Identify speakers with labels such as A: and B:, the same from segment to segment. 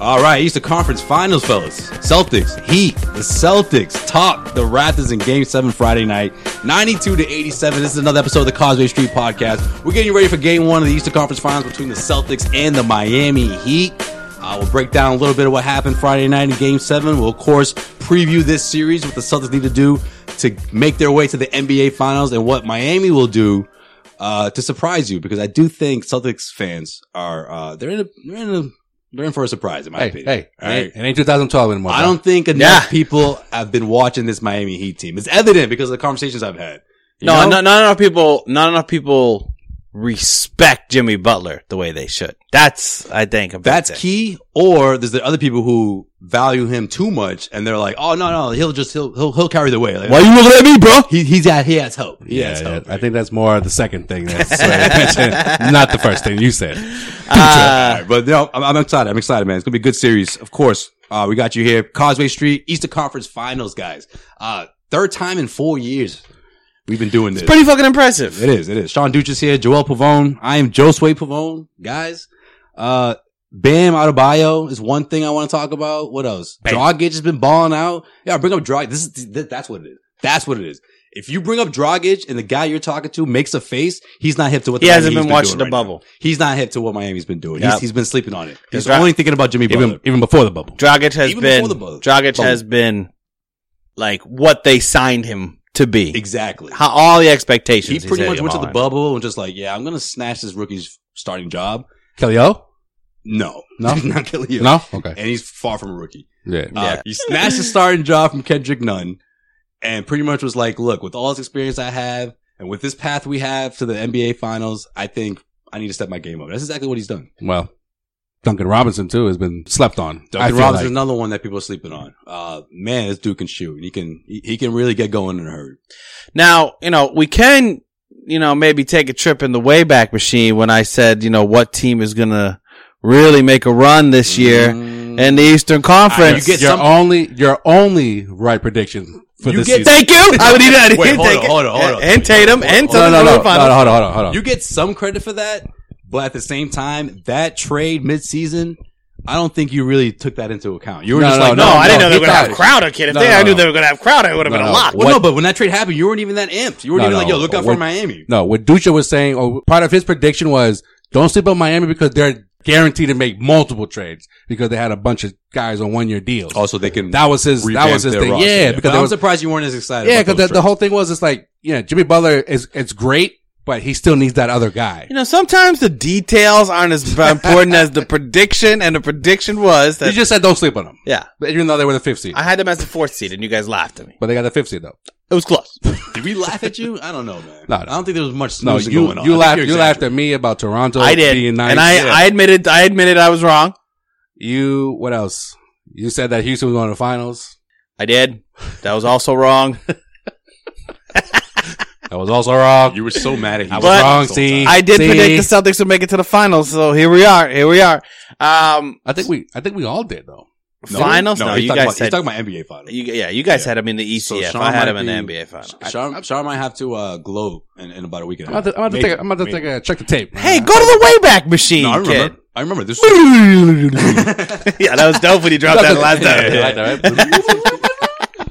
A: All right, Eastern Conference Finals, fellas. Celtics, Heat, the Celtics top the Raptors in Game Seven Friday night, ninety-two to eighty-seven. This is another episode of the Causeway Street Podcast. We're getting ready for Game One of the Eastern Conference Finals between the Celtics and the Miami Heat. Uh, we'll break down a little bit of what happened Friday night in Game Seven. We'll of course preview this series, what the Celtics need to do to make their way to the NBA Finals, and what Miami will do uh, to surprise you because I do think Celtics fans are uh, they're in a they're in a they're in for a surprise in my
B: Hey,
A: opinion.
B: hey,
A: All
B: it,
A: right?
B: ain't, it ain't 2012 anymore.
A: I
B: bro.
A: don't think enough people have been watching this Miami Heat team. It's evident because of the conversations I've had. You
C: No,
A: know?
C: not, not enough people. Not enough people respect Jimmy Butler the way they should. That's I think about
A: that's
C: it.
A: key. Or there's the other people who value him too much, and they're like, "Oh no, no, he'll just he'll he'll, he'll carry the weight." Like,
B: you looking at me, bro?
A: He, he's got he has hope. He
B: Yeah,
A: has
B: yeah,
A: hope.
B: I think that's more the second thing. That's uh, not the first thing you said.
C: Uh,
A: All right, but no, I'm, I'm excited. I'm excited, man. It's gonna be a good series, of course. Uh, we got you here, Causeway Street, Easter Conference Finals, guys. Uh, third time in four years we've been doing this.
C: Pretty fucking impressive.
A: It is. It is. Sean Duchess here. Joel Pavone. I am Josue Pavone, guys. Uh, Bam Adebayo is one thing I want to talk about. What else? Dragic has been balling out. Yeah, bring up Dragic. This is th- that's what it is. That's what it is. If you bring up Dragic and the guy you're talking to makes a face, he's not hip to what
C: He
A: the
C: hasn't
A: Miami Heat's
C: been watching
A: doing
C: the
A: right
C: bubble.
A: now. He's not hip to what Miami's been doing. He's,
C: Yep.
A: he's been sleeping on it. He's
C: He's right.
A: only thinking about Jimmy Butler.
B: Even even before the bubble.
C: Dragic has
A: Even
C: been
A: before the bubble-
C: Dragic
A: bubble.
C: has been like what they signed him to be.
A: exactly.
C: How all the expectations.
A: he pretty
C: he's
A: much
C: hit
A: went to
C: him
A: the
C: on.
A: bubble and just like, yeah, I'm gonna snatch this rookie's starting job.
B: Kelly O?
A: No,
B: No?
A: not killing you.
B: No? Okay.
A: and he's far from a rookie.
B: Yeah.
A: Uh, he snatched the starting job from Kendrick Nunn and pretty much was like, look, with all this experience I have and with this path we have to the NBA finals, I think I need to step my game up. That's exactly what he's done.
B: Well, Duncan Robinson, too, has been slept on. I
A: Duncan
B: feel
A: Robinson's
B: like.
A: another one that people are sleeping on. Uh, man, this dude can shoot. He can, he, he can really get going in a hurry.
C: Now, you know, we can, you know, maybe take a trip in the Wayback Machine when I said, you know, what team is going to really make a run this year
A: Mm.
C: in the Eastern
A: You
C: Conference.
A: get
B: your
A: some-
B: only your only right prediction for
A: You
B: this
A: get-
B: season.
C: Thank you. I would need that.
A: Wait,
C: He'd
A: hold
C: take
A: on,
C: it.
A: hold on, hold on.
C: And Tatum and
B: No,
C: Tatum
B: no, no, no,
C: the finals.
B: no, Hold on, hold on, hold on.
A: You get some credit for that, but at the same time, that trade midseason, I don't think you really took that into account. You were
B: No,
A: just
B: no,
A: like,
C: No,
A: no,
C: I didn't
B: no,
C: know they were
B: he
C: going to have
B: thought-
C: Crowder, kid. If
B: No,
C: they,
B: no,
C: I knew
B: no.
C: they were going to have Crowder, it would have
B: No,
C: been a
B: no.
C: lot.
A: Well, no, but when that trade happened, you weren't even that amped. You weren't
B: No,
A: even
B: no.
A: like, yo, look out
B: What-
A: for Miami.
B: No, what Ducha was saying, or part of his prediction was, don't sleep on Miami because they're guaranteed to make multiple trades because they had a bunch of guys on one year deals.
A: Also, they can.
B: that was his. That was his thing. Yeah, because
A: I'm
B: that was,
A: surprised you weren't as excited.
B: yeah,
A: about
B: because
A: those
B: the, the
A: trades.
B: whole thing was it's like, yeah, Jimmy Butler is it's great, but he still needs that other guy.
C: You know, sometimes the details aren't as uh, important as the prediction, and the prediction was
B: He
C: that.
B: just said don't sleep on him,
C: yeah.
B: But even though they were the fifth seed.
C: I had them as the fourth seed, and you guys laughed at me.
B: but they got the fifth seed though.
C: It was close.
A: Did we laugh at you? I don't know, man.
B: No, no.
A: I don't think there was much
B: No,
A: snoozing
B: you
A: going on.
B: you
A: I think
B: laughed
A: you're
B: you laughed at me about Toronto.
C: I did,
B: being nice.
C: and I,
B: Yeah.
C: I admitted, I admitted I was wrong.
B: you what else? You said that Houston was going to the finals.
C: I did. That was also wrong.
B: That was also wrong.
A: exaggerating. You were so mad at.
B: I was
A: Houston
B: wrong.
A: this whole
B: See,
A: time.
C: I did
B: See?
C: predict the Celtics would make it to the finals, so here we are. Here we are. Um,
B: I think we I think we all did though.
A: No,
C: finals? No,
A: No, he's
C: you
A: talking
C: guys
A: about, he's
C: said.
A: talking about NBA finals.
C: you, yeah, you guys
A: Yeah.
C: had him in the
A: So
C: ECF.
A: Sean
C: I had him
A: might
C: in the
A: be-
C: NBA final.
A: Sean, Sean might have to uh, glow in, in about a week. and a
B: I'm
A: half.
B: about to, I'm about to
A: Maybe.
B: take a, I'm about to
A: Maybe.
B: take a check the tape.
C: Hey, go to the Wayback Machine,
A: No, I
C: kid.
A: remember. I remember this.
C: yeah, that was dope when you dropped that last time.
B: Yeah,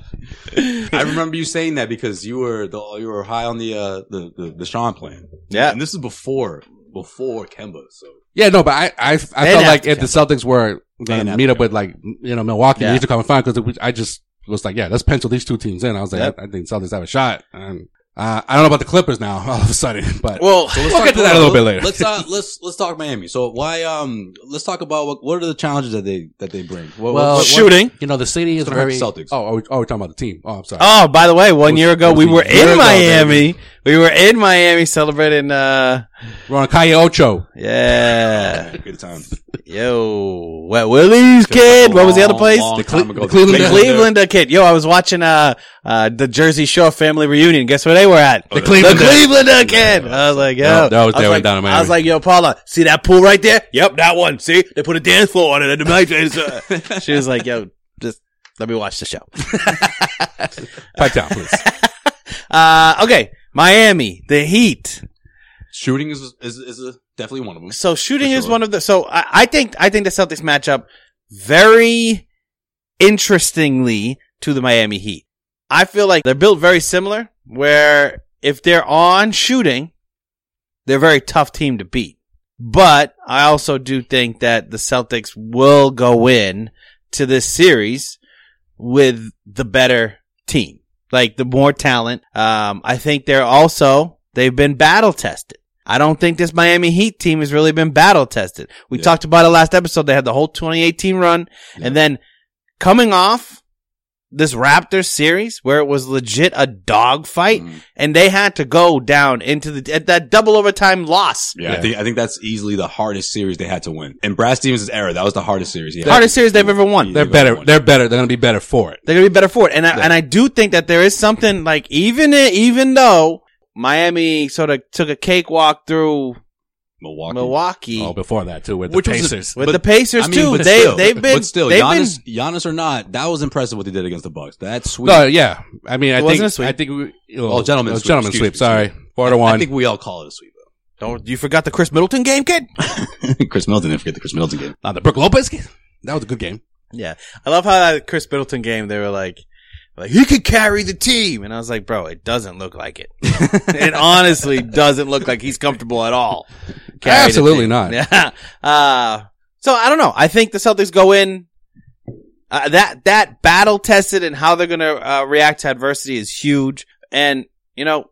B: I know, right?
A: I remember you saying that because you were the, you were high on the uh, the, the the Sean plan.
C: Yeah.
A: and this is before before Kemba. So
B: Yeah, no, but I I, I felt
C: have
B: like
C: to
B: if the Celtics were
A: didn't
B: going to
A: have
B: meet
A: to
B: up with like you know Milwaukee,
C: Yeah.
B: they used to come and find because I just was like, yeah, let's pencil these two teams in. I was like,
C: Yep.
B: I, I think Celtics have a shot. And, uh, I don't know about the Clippers now. All of a sudden, but
C: Well,
A: So let's
B: We'll
A: talk
B: get to that a little bit later.
A: Let's uh, let's let's talk Miami. So why um let's talk about what, what are the challenges that they that they bring? What,
B: Well,
A: what, what,
C: shooting.
B: you know the city is
A: It's gonna hurt
B: very
A: Celtics.
B: Oh, oh, we- oh, we're talking about the team. Oh, I'm sorry.
C: Oh, by the way, one year ago
B: it was
C: we
B: a
C: were
B: year
C: in
B: ago,
C: Miami. We were in Miami celebrating. uh
B: We're on Calle Ocho.
C: Yeah,
A: good time.
C: yo, Wet Willie's kid. What was the other place?
A: Long
B: The
A: time
B: Cle-
A: ago.
B: the Cleveland-
C: The Cleveland uh, kid. Yo, I was watching uh, uh the Jersey Shore family reunion. Guess where they were at?
A: The
C: The
B: Cleveland.
C: Cleveland uh, kid. I was like, yo,
B: No, that was-
C: I
B: they were
C: like,
B: down in Miami.
C: I was like, yo, Paula, see that pool right there? Yep, that one. See, they put a dance floor on it. And the night is, uh, she was like, yo, just let me watch the show.
B: Pipe down, please.
C: Uh, okay, Miami, the Heat.
A: shooting is is, is a, definitely one of them.
C: So shooting
A: For
C: is
A: sure.
C: one of the. So I, I think I think the Celtics matchup very interestingly to the Miami Heat. I feel like they're built very similar, where if they're on shooting, they're a very tough team to beat. But I also do think that the Celtics will go in to this series with the better team, like the more talent. Um, I think they're also, they've been battle tested. I don't think this Miami Heat team has really been battle tested. We
A: Yeah.
C: talked about it last episode. They had the whole 2018 run and then coming off this Raptors series where it was legit a dogfight
A: Mhm.
C: and they had to go down into the, at that double overtime loss.
A: Yeah, I
B: Yeah.
A: think I think that's easily the hardest series they had to win. In Brad Stevens' era, that was the hardest series. Yeah,
C: Hardest series they've ever won.
B: They're better. They're better. They're gonna be better for it.
C: They're gonna be better for it, and I,
B: Yeah.
C: and I do think that there is something like even i- even though Miami sort of took a cakewalk through
A: Milwaukee.
C: Milwaukee
B: Oh, before that too with
A: Which
B: the
A: was a-
B: Pacers.
C: with
A: but-
C: the Pacers
A: I mean,
C: too,
A: but
C: they
A: still-
C: they've been
A: but still,
C: they've
A: Giannis,
C: been
A: Giannis or not, that was impressive what they did against the Bucks. That's sweet.
B: no, yeah. I mean, I
C: It wasn't a
B: think
C: sweep.
B: I think we.
A: Oh, gentlemen's
B: oh,
A: sweep.
B: gentlemen's
A: Excuse
B: sweep.
A: me.
B: Sorry, four to
A: I
B: one.
A: think we all call it a sweep.
C: Don't you forgot the Chris Middleton game, kid?
A: though. Chris Middleton didn't forget the Chris Middleton game.
B: Now the Brook Lopez. game? That was a good game.
C: Yeah, I love how that Chris Middleton game they were like. Like he could carry the team, and I was like, "Bro, it doesn't look like it. it honestly doesn't look like he's comfortable at all." carrying the
B: Absolutely
C: team.
B: not.
C: Yeah. Uh, so I don't know. I think the Celtics go in. Uh, that that battle tested and how they're gonna uh, react to adversity is huge. And you know,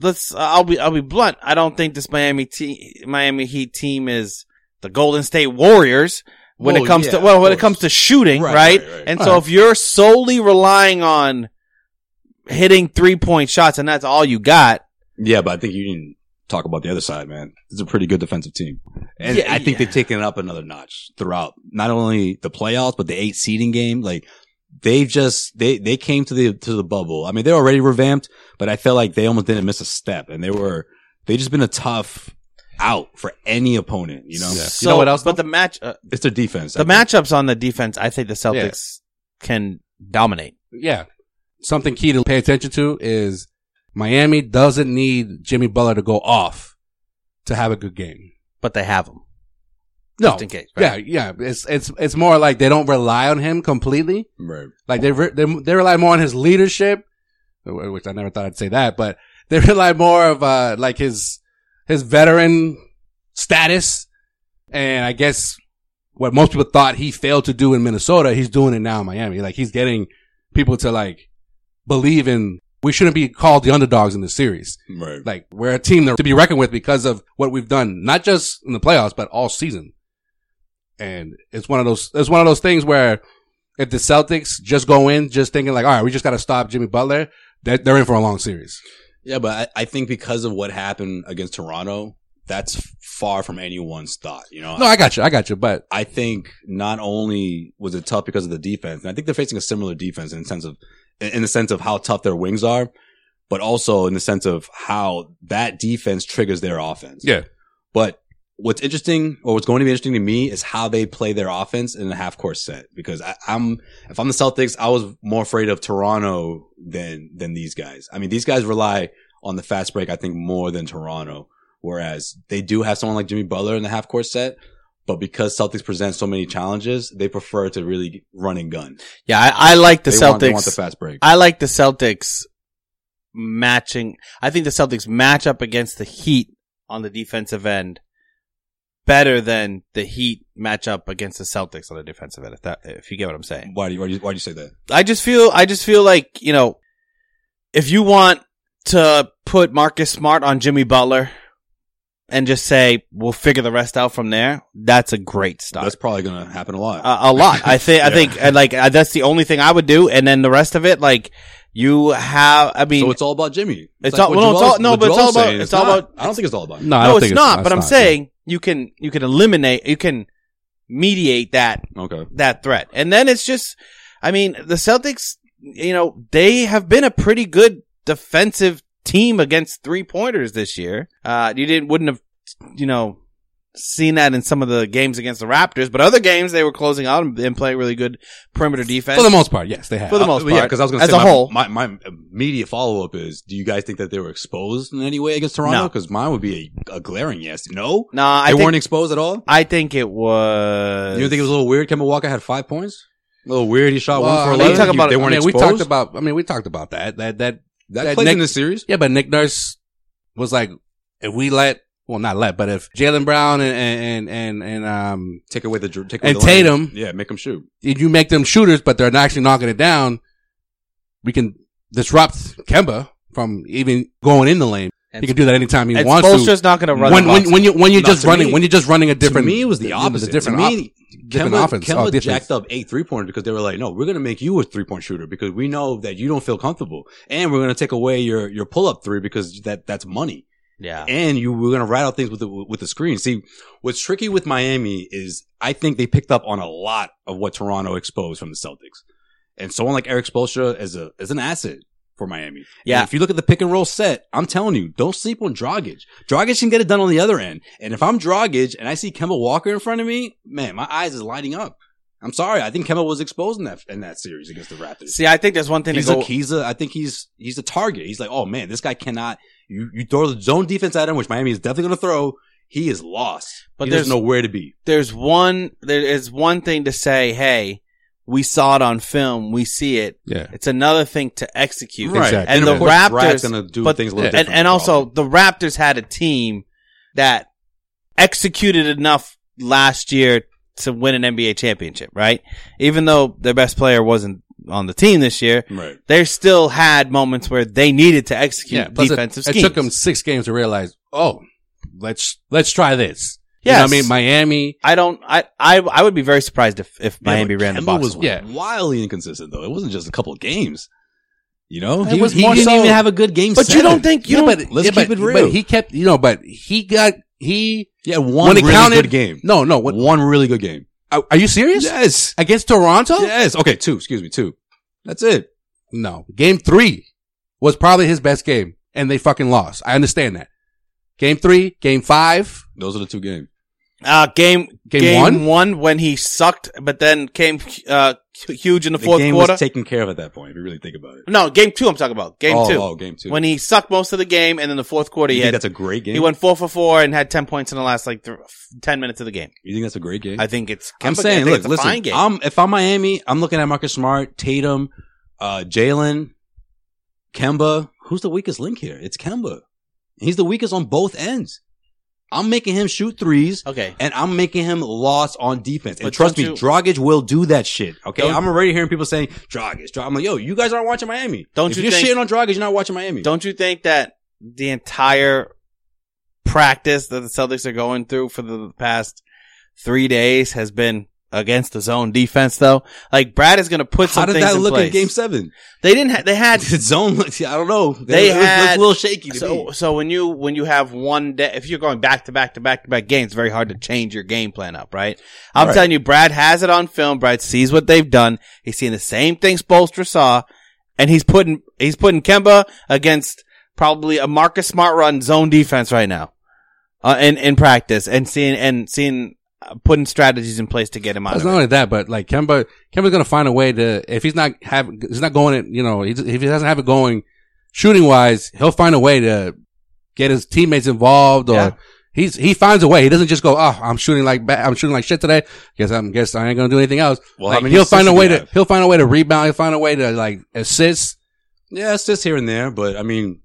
C: let's. Uh, I'll be I'll be blunt. I don't think this Miami te- Miami Heat team is the Golden State Warriors when
A: Well,
C: it comes
A: yeah,
C: to well
A: of
C: when it
A: course.
C: comes to shooting,
A: Right,
C: right?
A: right, right.
C: And
B: Right.
C: so if you're solely relying on hitting three point shots and that's all you got,
A: Yeah, but I think you didn't talk about the other side, man. It's a pretty good defensive team, and
C: Yeah,
A: I think
C: yeah.
A: they've taken it up another notch throughout not only the playoffs but the eight seeding game. Like they've just they they came to the to the bubble. I mean, they're already revamped, but I felt like they almost didn't miss a step, and they were they just been a tough out for any opponent. You know,
B: Yeah.
C: So,
B: You know what else,
C: But the match, uh,
A: it's their defense. I
C: the
A: think.
C: matchups on the defense, I think the Celtics can dominate.
B: yeah, something key to pay attention to is Miami doesn't need Jimmy Butler to go off to have a good game.
C: But they have them.
A: Oh,
B: No,
C: Just in case,
B: yeah,
C: right?
B: yeah. It's it's it's more like they don't rely on him completely.
A: right?
B: Like they re- they, they rely more on his leadership, which I never thought I'd say that, but they rely more of uh like his his veteran status, and I guess what most people thought he failed to do in Minnesota, he's doing it now in Miami. Like he's getting people to like believe in we shouldn't be called the underdogs in this series.
A: Right.
B: Like we're a team to be reckoned with because of what we've done, not just in the playoffs, but all season. And it's one of those, it's one of those things where if the Celtics just go in, just thinking like, all right, we just got to stop Jimmy Butler, they're, they're in for a long series.
A: Yeah, but I, I think because of what happened against Toronto, that's far from anyone's thought. You know,
B: No, I got you. I got you. But
A: I think not only was it tough because of the defense, and I think they're facing a similar defense in the sense of in the sense of how tough their wings are, but also in the sense of how that defense triggers their offense.
B: Yeah.
A: But what's interesting or what's going to be interesting to me is how they play their offense in a half court set. Because I, I'm if I'm the Celtics, I was more afraid of Toronto than than these guys. I mean, these guys rely on the fast break, I think, more than Toronto. Whereas they do have someone like Jimmy Butler in the half court set, but because Celtics present so many challenges, they prefer to really run and gun.
C: Yeah, I, I like the
A: they
C: Celtics.
A: want, they want the fast break.
C: I like the Celtics matching. I think the Celtics match up against the Heat on the defensive end better than the Heat match up against the Celtics on the defensive end. If that, if you get what I'm saying.
A: why do you why do you, why do you say that?
C: I just feel I just feel like, you know, if you want to put Marcus Smart on Jimmy Butler and just say we'll figure the rest out from there, that's a great start.
A: That's probably going to happen a lot.
C: A, a lot. I think I
A: Yeah.
C: think uh, like uh, that's the only thing I would do and then the rest of it like you have I mean
A: so it's all about Jimmy. It's,
C: all-
A: what
C: well, no, it's
A: Joel's-
C: all- no,
A: what
C: but it's
A: Joel's
C: all about-
A: saying.
C: it's all
A: not-
C: about-
A: I don't think it's all about.
B: no, I
C: no,
B: don't
C: it's
B: think
C: not, but I'm
B: not.
C: saying you can you can eliminate you can mediate that
A: Okay.
C: that threat. And then it's just, I mean, the Celtics, you know, they have been a pretty good defensive team against three pointers this year. Uh, you didn't, wouldn't have, you know, seen that in some of the games against the Raptors, but other games they were closing out and, and playing really good perimeter defense.
B: For the most part, yes, they have.
C: For the most
A: Uh, yeah,
C: part,
A: because I was going to
C: as
A: say
C: a
A: my,
C: whole.
A: My, my immediate follow up is: Do you guys think that they were exposed in any way against Toronto?
C: No.
A: Because mine would be a, a glaring yes. No,
C: nah, I
A: they
C: think,
A: weren't exposed at all.
C: I think it was.
A: You don't think it was a little weird? Kemba Walker had five points. A little weird. He shot
B: Well,
A: one for
B: I mean,
A: eleven.
B: you talk
A: You-
C: about-
A: they
B: I
A: weren't
B: mean, we
A: exposed.
B: talked about. I mean, we talked about that. That that
A: that,
B: that
A: plays in
B: Nick-
A: the series.
B: Yeah, but Nick Nurse was like, if we let, well, not let, but if Jalen Brown and and and and um,
A: Take away the dr- take away
B: And
A: the lane.
B: Tatum.
A: Yeah, make him shoot.
B: if you make them shooters, but they're not actually knocking it down, we can disrupt Kemba from even going in the lane.
C: And
B: He can do that anytime he
C: and
B: wants to.
C: Spoelstra's not going to run
B: When
C: the
B: when
C: box.
B: when you when you're
A: No,
B: just
A: to
B: running
A: me-
B: when you're just running a different.
A: to me, it was the
B: it was a
A: opposite.
B: different
A: to
B: op-
A: me,
B: different
A: Kemba,
B: offense.
A: Kemba
B: Oh, different-
A: jacked up eight three pointers because they were like, "No, we're going to make you a three point shooter because we know that you don't feel comfortable, and we're going to take away your your pull up three because that that's money,
C: yeah,
A: and you we're going to rattle things with the with the screen." See, what's tricky with Miami is I think they picked up on a lot of what Toronto exposed from the Celtics, and someone like Eric Spoelstra is a is an asset. For Miami, And
C: Yeah.
A: if you look at the pick and roll set, I'm telling you, don't sleep on Dragic. Dragic can get it done on the other end. And if I'm Dragic and I see Kemba Walker in front of me, man, my eyes is lighting up. I'm sorry. I think Kemba was exposed in that in that series against the Raptors.
C: see, I think that's one thing.
A: He's
C: to go,
A: a, he's a, I think he's he's a target. He's like, oh man, this guy cannot. You you throw the zone defense at him, which Miami is definitely going to throw. He is lost.
C: But
A: But there's
C: there's-
A: nowhere to be.
C: there's one there is one thing to say, hey, we saw it on film, we see it.
B: yeah.
C: It's another thing to execute.
B: Right. Exactly.
C: And,
B: And
C: the
B: of course,
C: Raptors
A: going to do
C: but-
A: things a little
B: yeah.
A: different.
C: and, and also the Raptors had a team that executed enough last year to win an NBA championship, right? Even though their best player wasn't on the team this year,
A: probably. right.
C: they still had moments where they needed to execute
B: Yeah, plus it-
C: defensive
B: It
C: schemes.
B: took them six games to realize. Oh, let's let's try this. Yeah,
C: Yes.
B: I mean Miami.
C: I don't. I, I. I would be very surprised if if
A: Yeah,
C: Miami
A: but
C: ran the
A: Kemba
C: box.
A: was
B: Yeah.
A: wildly inconsistent though. It wasn't just a couple of games. You know,
B: It
A: he,
B: was
A: he
B: more
A: didn't
B: so-
A: even have a good game.
C: but you
A: seven.
C: don't think you
B: Yeah,
C: don't.
B: but,
A: let's
B: yeah,
A: keep
B: but-
A: it real.
B: But he kept, you know, but he got he
A: Yeah, one
B: When it
A: really
B: counted-
A: good game.
B: no no. What,
A: one really good game.
B: are, are you serious?
A: Yes.
B: Against Toronto?
A: Yes. Okay, two. Excuse me, two. That's it.
B: No. Game three was probably his best game, and they fucking lost. I understand that. Game three, game five,
A: Those are the two games.
C: Uh, game
B: game,
C: game one?
B: one.
C: when he sucked, but then came uh, huge in the,
A: The,
C: fourth
A: game
C: quarter.
A: was taken care of at that point. If you really think about it.
C: no, game two. I'm talking about game
A: oh,
C: two.
A: Oh, game two.
C: when he sucked most of the game, and then the fourth quarter
A: you
C: he
A: think
C: had
A: that's a great game?
C: he went four for four and had ten points in the last like th- ten minutes of the game.
A: you think that's a great game?
C: I think it's.
A: I'm
C: Kemba- I
A: saying,
C: think
A: look,
C: it's a
A: listen.
C: fine game.
A: I'm if I'm Miami, I'm looking at Marcus Smart, Tatum, uh, Jalen, Kemba. Who's the weakest link here? It's Kemba. He's the weakest on both ends. I'm making him shoot threes.
C: okay,
A: and I'm making him lost on defense. And
C: But
A: trust me,
C: don't you-
A: Dragic will do that shit. Okay,
C: Don't-
A: I'm already hearing people saying Dragic. Dra-" I'm like, yo, you guys aren't watching Miami.
C: Don't
A: if
C: you
A: You're
C: think-
A: shitting on Dragic. You're not watching Miami.
C: don't you think that the entire practice that the Celtics are going through for the past three days has been against the zone defense? Though, like Brad is going to put some
A: How did
C: things
A: that
C: in
A: look
C: place.
A: in Game Seven?
C: They didn't. Ha- they had
A: The zone looks. I don't know. They,
C: They
A: it was-
C: had-
A: looked a little shaky. E To
C: So,
A: me.
C: so when you when you have one day, if you're going back to back to back to back games, it's very hard to change your game plan up, right? I'm
A: Right.
C: telling you, Brad has it on film. Brad sees what they've done. He's seeing the same thing Spolstra saw, and he's putting he's putting Kemba against probably a Marcus Smart run zone defense right now, uh, in in practice, and seeing and seeing uh, putting strategies in place to get him out.
B: It's
C: Of
B: not
C: it.
B: only that, but like Kemba, Kemba's gonna find a way to if he's not have he's not going it, you know, he, if he doesn't have it going shooting wise, he'll find a way to get his teammates involved or
C: Yeah.
B: he's he finds a way. He doesn't just go, oh, I'm shooting like ba- I'm shooting like shit today. Guess I'm guess I ain't gonna do anything else.
A: well,
B: Like,
A: how many
B: he'll find
A: assists
B: a
A: did
B: way
A: he
B: to
A: have?
B: he'll find a way to rebound. He'll find a way to like assist.
A: Yeah, it's just here and there, but I mean,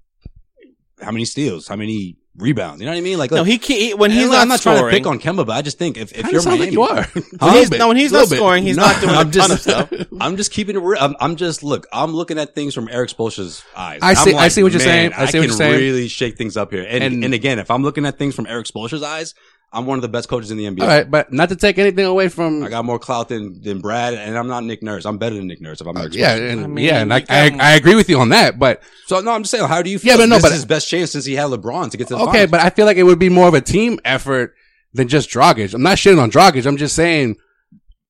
A: how many steals? How many rebounds? You know what I mean? Like,
C: No,
A: look,
C: he, can't- he when
A: and
C: he's
A: look,
C: not,
A: I'm not
C: scoring,
A: trying to pick on Kemba, but I just think if, if
B: Kinda
A: you're
B: sounds
A: Miami,
B: like you are.
C: when
A: Huh?
C: he's, no, when he's not
B: Little bit.
C: scoring, he's
A: No,
C: not doing a
A: I'm
C: ton
A: just-
C: of stuff.
A: I'm just keeping it real. I'm, I'm just look. I'm looking at things from Eric Spoelstra's eyes.
B: I see-
A: I'm
B: I see what you're
A: "Man,
B: saying. I see what
A: can
B: you're saying."
A: Really shake things up here. And, and
B: And-
A: again, if I'm looking at things from Eric Spoelstra's eyes, I'm one of the best coaches in the NBA.
B: All right, but not to take anything away from
A: I got more clout than than Brad, and I'm not Nick Nurse. I'm better than Nick Nurse if I'm Eric
B: yeah,
A: Spoelstra.
B: and,
C: I mean,
B: yeah, and I,
C: you
B: I,
C: got-
B: I agree with you on that, but
A: So no, I'm just saying. How do you? Feel?
B: Yeah, but no,
A: This
B: but-
A: is his best chance since he had LeBron to get to the
B: okay,
A: finals.
B: but I feel like it would be more of a team effort than just Dragic. I'm not shitting on Dragic. I'm just saying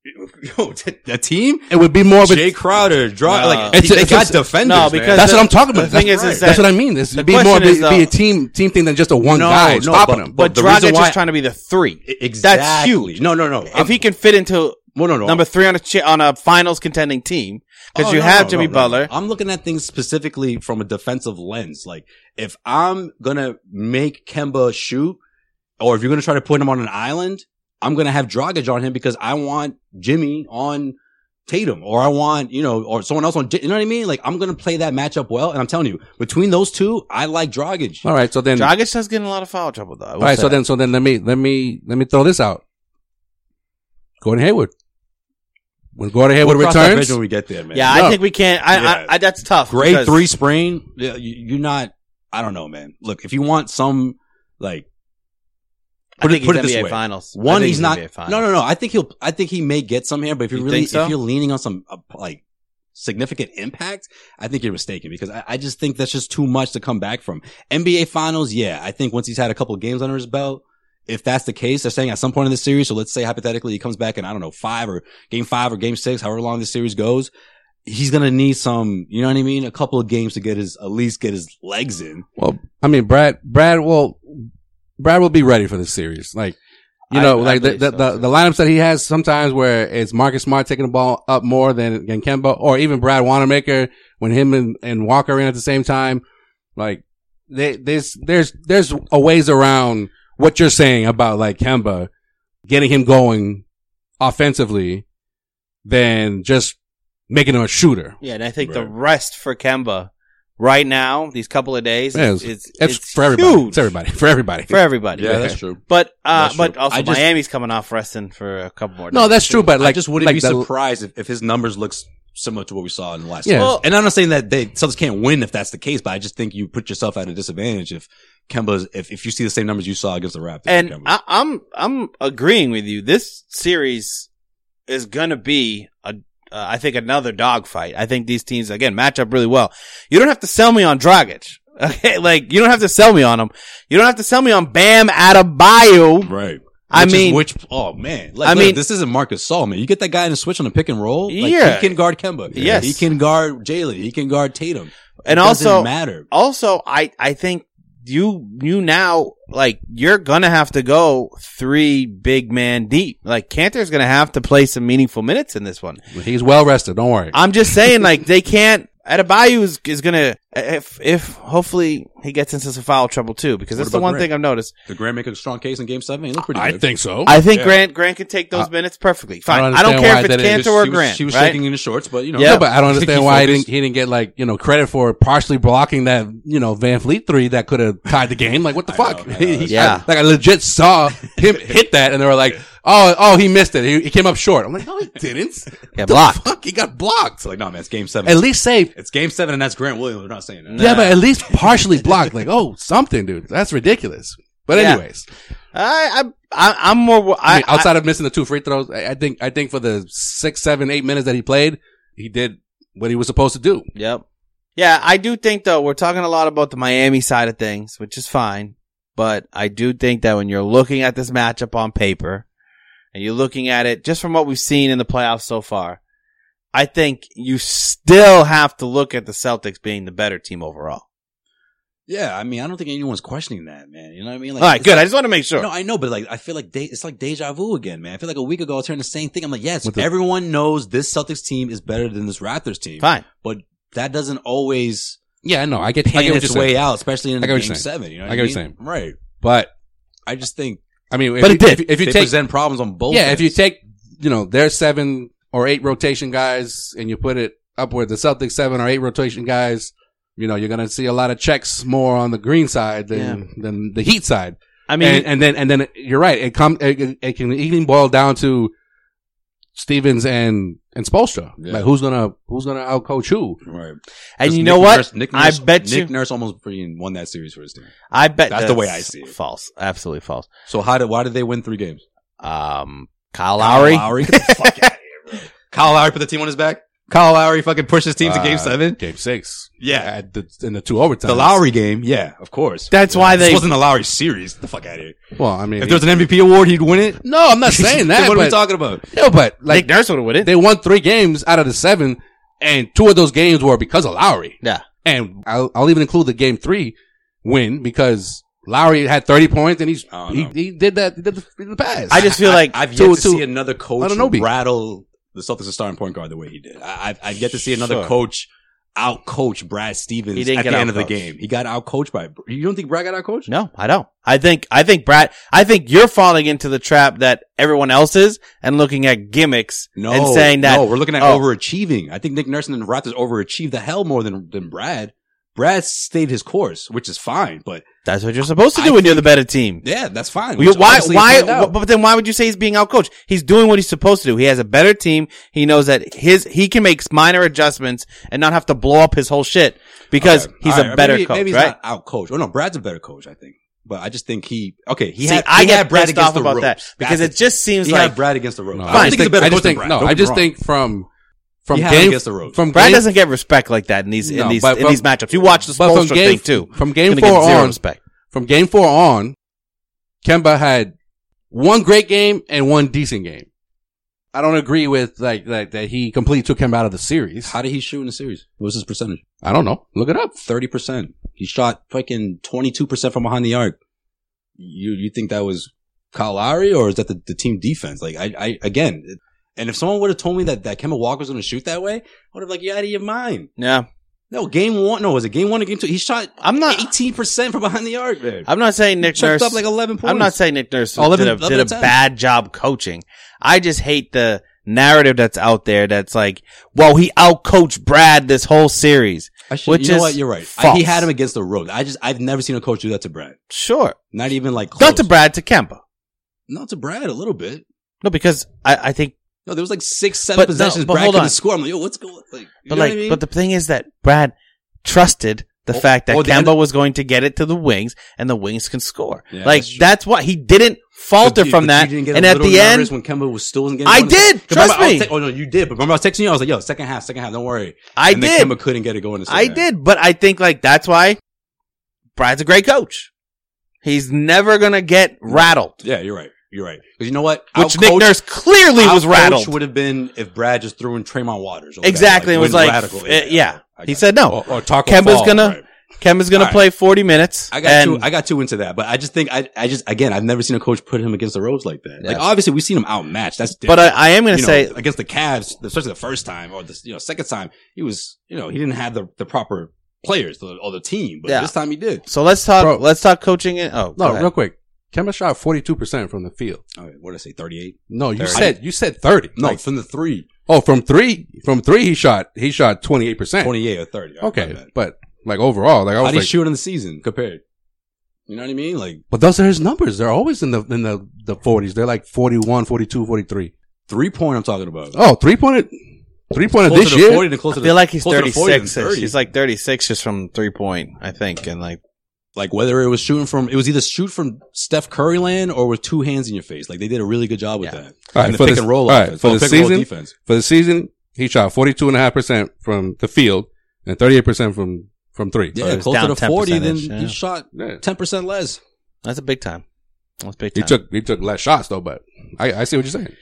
A: Yo, that, that team,
B: It would be more of a.
A: Jay Crowder, draw,
C: No.
A: like
B: It's a-
A: they
B: it's
A: got
B: a-
A: defenders.
C: No,
A: man.
C: because
B: that's
C: the-
B: what I'm talking
C: the
B: about.
C: thing
B: that's,
C: is- is
B: that's
C: that-
B: what I mean. This
C: the
B: would be more
C: question
B: be,
C: is, though-
B: be a team team thing than just a one
A: No,
B: guy
A: no,
B: stopping
A: but-
B: him.
A: but
C: But
A: the reason
C: Dragic
A: why-
C: is trying to be the three.
A: E-, exactly.
C: That's huge.
A: No, no, no. I'm-
C: If he can fit into
A: well, no, no.
C: number three on a cha- on a finals contending team, because
A: Oh,
C: you
A: no,
C: have
A: no,
C: Jimmy
A: no, no.
C: Butler.
A: I'm looking at things specifically from a defensive lens. Like if I'm gonna make Kemba shoot, or if you're gonna try to put him on an island, I'm gonna have Dragic on him because I want Jimmy on Tatum, or I want you know, or someone else on. J- You know what I mean? Like I'm gonna play that matchup well, and I'm telling you, between those two, I like Dragic.
B: All right, so then
C: Dragic does get in a lot of foul trouble though. I
B: All
C: will
B: right,
C: say
B: so
C: that.
B: then, so then let me let me let me throw this out. Gordon Hayward. When Gordon Hayward
A: We'll cross that bridge
B: returns,
A: when we get there, man.
C: yeah,
B: No.
C: I think we can't. I,
A: Yeah.
C: I, I that's tough.
A: grade
C: because-
A: three sprain. Yeah, you- you're not. I don't know, man. Look, if you want some like
C: I
A: Put it-
C: think
A: put
C: he's
A: it this
C: NBA
A: way.
C: Finals. I
A: One,
C: think
A: he's not.
C: NBA
A: No,
C: Finals.
A: no, no. I think he'll. I think he may get some here, but if
C: You
A: you're really,
C: think so?
A: if you're leaning on some uh, like significant impact, I think you're mistaken because I, I just think that's just too much to come back from. NBA Finals, yeah. I think once he's had a couple games under his belt, if that's the case, they're saying at some point in the series. So let's say hypothetically he comes back in I don't know five or game five or game six, however long this series goes. He's gonna need some, you know what I mean, a couple of games to get his at least get his legs in.
B: well, I mean, Brad, Brad will, Brad will be ready for this series. Like, you
C: I-
B: know,
C: I
B: like the,
C: believe
B: the,
C: so,
B: the
C: too.
B: the lineups that he has sometimes where it's Marcus Smart taking the ball up more than than Kemba, or even Brad Wanamaker when him and, and Walker in at the same time. Like, they, there's there's there's a ways around what you're saying about like Kemba getting him going offensively than just making him a shooter.
C: Yeah, and I think the
A: Right.
C: rest for Kemba right now, these couple of days,
B: Yeah,
C: is,
B: it's-
C: is,
B: It's,
C: is
B: for everybody.
C: huge
B: It's everybody. For everybody.
C: for everybody.
B: Yeah, that's
A: true.
C: But uh,
A: That's
C: but
A: true.
C: also
A: I just-
C: Miami's coming off resting for a couple more.
B: no,
C: days,
B: that's
C: too.
B: true. But like,
A: I just wouldn't
B: like
A: be
B: the-
A: surprised if, if his numbers looks similar to what we saw in the last.
B: Yeah.
A: Well, and I'm not saying that they Celtics can't win if that's the case, but I just think you put yourself at a disadvantage if Kemba's if, if you see the same numbers you saw against the Raptors.
C: And
A: Kemba.
C: I, I'm I'm agreeing with you. This series is gonna be a. Uh, I think another dogfight. I think these teams again match up really well. You don't have to sell me on Dragic. Okay, like you don't have to sell me on him. You don't have to sell me on Bam Adebayo.
A: right.
C: I
A: Which is
C: mean,
A: which? Oh man! Like,
C: I
A: look,
C: mean-
A: this isn't Marcus Saul, man. You get that guy in a switch on a pick and roll. Like,
C: Yeah.
A: he can guard Kemba.
C: Yes.
A: he can guard Jalen. He can guard Tatum. It
C: and
A: doesn't
C: also
A: matter.
C: also I I think you you now like you're gonna have to go three big man deep. Like Cantor's gonna have to play some meaningful minutes in this one.
B: He's well rested. Don't worry.
C: I'm just saying like they can't. Adebayo is is gonna if if hopefully he gets into some foul trouble too because
A: What
C: that's the
A: about
C: one
A: Grant?
C: thing I've noticed.
A: Did Grant make a strong case in Game Seven? He looked pretty
B: I
A: good.
B: think so.
C: I think
A: Yeah.
C: Grant Grant can take those
B: I-
C: minutes perfectly. Fine. I don't,
B: understand
C: care
B: why
C: if
B: that
C: it's
B: is.
A: Just-
C: Cantor or
A: she was-
C: Grant.
A: She was
C: right?
A: shaking in the shorts, but you know.
C: Yeah.
B: no, but I don't
A: I think
B: understand
A: he
B: why he
A: focused.
B: didn't he didn't get like you know credit for partially blocking that you know Van Fleet three that could have tied the game. Like what the
A: I
B: fuck?
A: know, I know.
B: He- he-
C: Yeah.
B: like I legit saw him hit that, and they were like, oh oh he missed it. He, he came up short. I'm like no he didn't.
C: Yeah, blocked.
B: Fuck he got blocked.
A: It's like, no, man, it's Game Seven.
B: At least say
A: it's Game Seven, and that's Grant Williams. We're not saying that.
B: yeah, but at least partially blocked. Like oh something, dude. That's ridiculous. But
C: Yeah.
B: anyways,
C: I, I I'm more. wo-
B: I
C: I,
B: mean, outside of missing the two free throws, I, I think I think for the six, seven, eight minutes that he played, he did what he was supposed to do.
C: Yep. Yeah, I do think though we're talking a lot about the Miami side of things, which is fine, but I do think that when you're looking at this matchup on paper and you're looking at it just from what we've seen in the playoffs so far, I think you still have to look at the Celtics being the better team overall.
A: Yeah, I mean, I don't think anyone's questioning that, man. You know what I mean? Like,
C: All right,
A: it's
C: good. I
A: Like,
C: just want to make sure.
A: No, I know, but like, I feel like de- it's like deja vu again, man. I feel like a week ago I was hearing the same thing. I'm like, yes,
B: With the-
A: everyone knows this Celtics team is better than this Raptors team.
C: fine.
A: That doesn't always
B: Yeah, no, I get, I
A: pan
B: get what
A: its
B: you're
A: way
B: saying.
A: out, especially in
B: I get what
A: game
B: you're saying.
A: seven. You know,
B: I
A: what
B: get what
A: mean? Right.
B: But
A: I just think
B: I mean, if
C: But
B: you,
C: it did.
B: If, you- if you
A: they
B: take,
A: present problems on both.
B: yeah, if you
A: ends.
B: take, you know, their seven or eight rotation guys, and you put it up with the Celtics seven or eight rotation guys, you know, you're gonna see a lot of checks more on the green side than than the Heat side.
C: I mean,
B: and, and then and then you're right. It come it, it can even boil down to Stevens and and Spolstra.
A: Yeah.
B: Like who's gonna who's gonna outcoach who?
A: Right.
C: and
A: Because
C: you
A: Nick
C: know what?
A: Nurse- Nick
C: I
A: Nurse,
C: bet
A: Nick
C: you-
A: Nurse almost freaking won that series for his team.
C: I bet
A: That's the way I see it.
C: False. Absolutely false.
A: So how did why did they win three games?
C: Um, Kyle Lowry.
A: Kyle Lowry, Get the fuck outta here, bro. Kyle Lowry put the team on his back. Kyle Lowry fucking pushed his team to game
B: Uh,
A: seven.
B: Game six.
A: Yeah.
B: At the, in the two overtimes.
A: The Lowry game, yeah, of course.
C: That's why
A: this
C: they.
A: wasn't a Lowry series. Get the fuck out of here.
B: Well, I mean,
A: If there's an MVP award, he'd win it.
B: no, I'm not saying that.
A: Then what
B: but,
A: are we talking about?
B: No, but like
C: Nick Nurse would have won it.
B: they won three games out of the seven, and two of those games were because of Lowry.
C: yeah.
B: And I'll, I'll even include the game three win because Lowry had 30 points and he's,
A: I don't
B: he,
A: know.
B: he did that, he did the, the pass.
C: I just feel like
A: I've yet
B: To-
A: to,
B: to-
A: see another coach
B: Ananobi.
A: rattle the Celtics' starting point guard the way he did. I, I've, I've yet to see another
C: Sure.
A: coach out coach Brad Stevens
C: He didn't
A: at
C: get
A: the end of the
C: outcoached.
A: game. He got out coached by. You don't think Brad got out coached?
C: No, I don't. I think I think Brad. I think you're falling into the trap that everyone else is and looking at gimmicks
A: No,
C: and saying that
A: no, we're looking at
C: oh.
A: overachieving. I think Nick Nurse and the Raptors overachieved the hell more than than Brad. Brad stayed his course, which is fine. But
C: that's what you're supposed to
A: I
C: do when you're the better team.
A: yeah, that's fine.
C: You-
A: which
C: why?
A: obviously
C: Why?
A: it panned out.
C: But then why would you say he's being outcoached? He's doing what he's supposed to do. He has a better team. He knows that his he can make minor adjustments and not have to blow up his whole shit because
A: Okay.
C: he's
A: All right.
C: a better
A: maybe,
C: coach,
A: Maybe he's
C: right?
A: not out coach. Oh no, Brad's a better coach, I think. But I just think he okay. He
C: See,
A: had
C: I
A: he
C: get
A: had Brad
C: pissed
A: against
C: off
A: the
C: about
A: ropes.
C: that because
A: That's
C: it just seems
A: he
C: like
A: had Brad against the ropes.
B: No,
A: I
B: I
A: don't
B: just
A: think he's a
B: think,
A: better
B: I
A: coach
B: just
A: than
B: think,
A: Brad.
B: no,
A: Don't
B: I
A: get me
B: just
A: wrong.
B: think from, from
A: He had him
B: game,
A: against the ropes.
B: from
C: Brad
B: game,
C: doesn't get respect like that in these in
B: No,
C: these
B: but
C: in
B: from-
C: these matchups. You watch the
B: but from
C: Spolstra
B: game-
C: thing too.
B: from game
C: Gonna get
B: four
C: zero
B: on,
C: respect.
B: from game four on, Kemba had one great game and one decent game. I don't agree with like, like that he completely took him out of the series.
A: How did he shoot in the series? What was his percentage?
B: I don't know. Look it up.
A: Thirty percent. He shot fucking twenty two percent from behind the arc. You you think that was Kyle Lowry or is that the, the team defense? Like I, I again, it- and if someone would have told me that that Kemba Walker was going to shoot that way, I would have like you out of your mind.
C: Yeah,
A: No, game one. No, was it game one or game two? He shot
C: I'm not.
A: eighteen percent from behind the arc. Man,
C: I'm not saying Nick
A: checked
C: Nurse.
A: up like eleven points.
C: I'm not saying Nick Nurse
A: 11
C: did a,
A: 11
C: did a
A: to 10.
C: bad job coaching. I just hate the narrative that's out there that's like, well, he outcoached Brad this whole series.
A: I should,
C: Which
A: you know
C: is
A: what? You're right. I, he
C: false.
A: had him against the ropes. I just I've never seen a coach do that to Brad.
C: Sure.
A: Not even like close.
C: Not to Brad, to Kemba.
A: Not to Brad a little bit.
C: No, because I, I think,
A: No, there was like six, seven
C: But no,
A: possessions.
C: but
A: Brad
C: hold
A: couldn't
C: on.
A: score. I'm like, yo, what's going? Like, you know
C: but
A: what
C: like,
A: I mean?
C: but the thing is that Brad trusted the
A: Oh,
C: fact that
A: oh, the end-
C: Kemba was going to get it to the wings and the wings can score.
A: Yeah,
C: like,
A: that's true.
C: that's why he didn't falter
A: But you- but
C: from
A: you
C: that.
A: didn't get a
C: And at
A: little
C: the
A: nervous
C: end,
A: when Kemba was still wasn't getting
C: I
A: one of the-
C: did.
A: 'Cause remember,
C: Trust
A: I was
C: me.
A: te- oh no, you did. But remember, I was texting you. I was like, yo, second half, second half. Don't worry.
C: I
A: and
C: did.
A: Then Kemba couldn't get it going. in the
C: I
A: second half.
C: did, but I think like that's why Brad's a great coach. He's never gonna get rattled,
A: Yeah, you're right. You're right. Because you know what?
C: which
A: Our
C: Nick
A: coach-
C: Nurse clearly
A: our
C: was
A: coach
C: rattled.
A: Would have been if Brad just threw in Traymond Waters. or
C: Exactly,
A: whatever,
C: it was
A: went
C: like, eh, yeah.
A: I
C: he
A: got
C: said
A: you.
C: no.
A: Or, or Taco
C: Kemba's
A: Fall,
C: gonna-
A: right.
C: Kem is gonna
A: All right.
C: play forty minutes.
A: I got
C: and
A: two. I got two into that, but I just think I, I just again, I've never seen a coach put him against the ropes like that. Like
C: Yeah.
A: obviously, we've seen him outmatched. That's different.
C: but I, I am gonna
A: you know,
C: say
A: against the Cavs, especially the first time or the you know second time, he was you know he didn't have the, the proper players the, or the team, but
C: Yeah.
A: this time he did.
C: so. Let's talk.
B: Bro.
C: Let's talk coaching. And, oh go
B: No,
C: ahead.
B: real quick. Kemba shot 42% from the field.
A: All right, what did Oh, I say? Thirty eight.
B: No, you
A: Thirty.
B: said, you said 30.
A: No,
B: Like,
A: from the three,
B: oh, from three, from three, he shot, he shot 28%.
A: 28 or thirty. All right, my
B: okay.
A: bad.
B: But like overall, like I
A: How
B: was
A: did he
B: like,
A: shoot in the season compared? You know what I mean? Like
B: but those are his numbers. They're always in the, in the, the 40s. They're like 41, 42, 43.
A: three point. I'm talking about.
B: Oh, three pointed, three pointed
A: Closer
B: this
A: to
B: year.
A: 40 than closer
C: Oh, I feel
A: to-
C: like he's
A: closer to
C: thirty
A: 40 than
C: six.
A: 30.
C: He's like thirty six just from three point, I think, and like
A: like whether it was shooting from it was either shoot from Steph Curry land or with two hands in your face. Like they did a really good job with
C: Yeah.
A: that.
B: All right,
A: and the
B: for
A: pick
B: the-
A: and roll
B: all right,
A: offense.
B: for
A: Oh,
B: the
A: pick and roll
B: season-
A: defense.
B: for the season, he shot 42.5% from the field and 38% from, from three.
A: Yeah,
C: was
A: closer
C: down
A: to
C: 10
A: forty than
C: percentage,
A: he
C: yeah.
A: shot
B: Yeah.
A: ten percent less.
C: that's a big time. That's big
B: He
C: time.
B: took, he took less shots though, but I, I see what you're saying.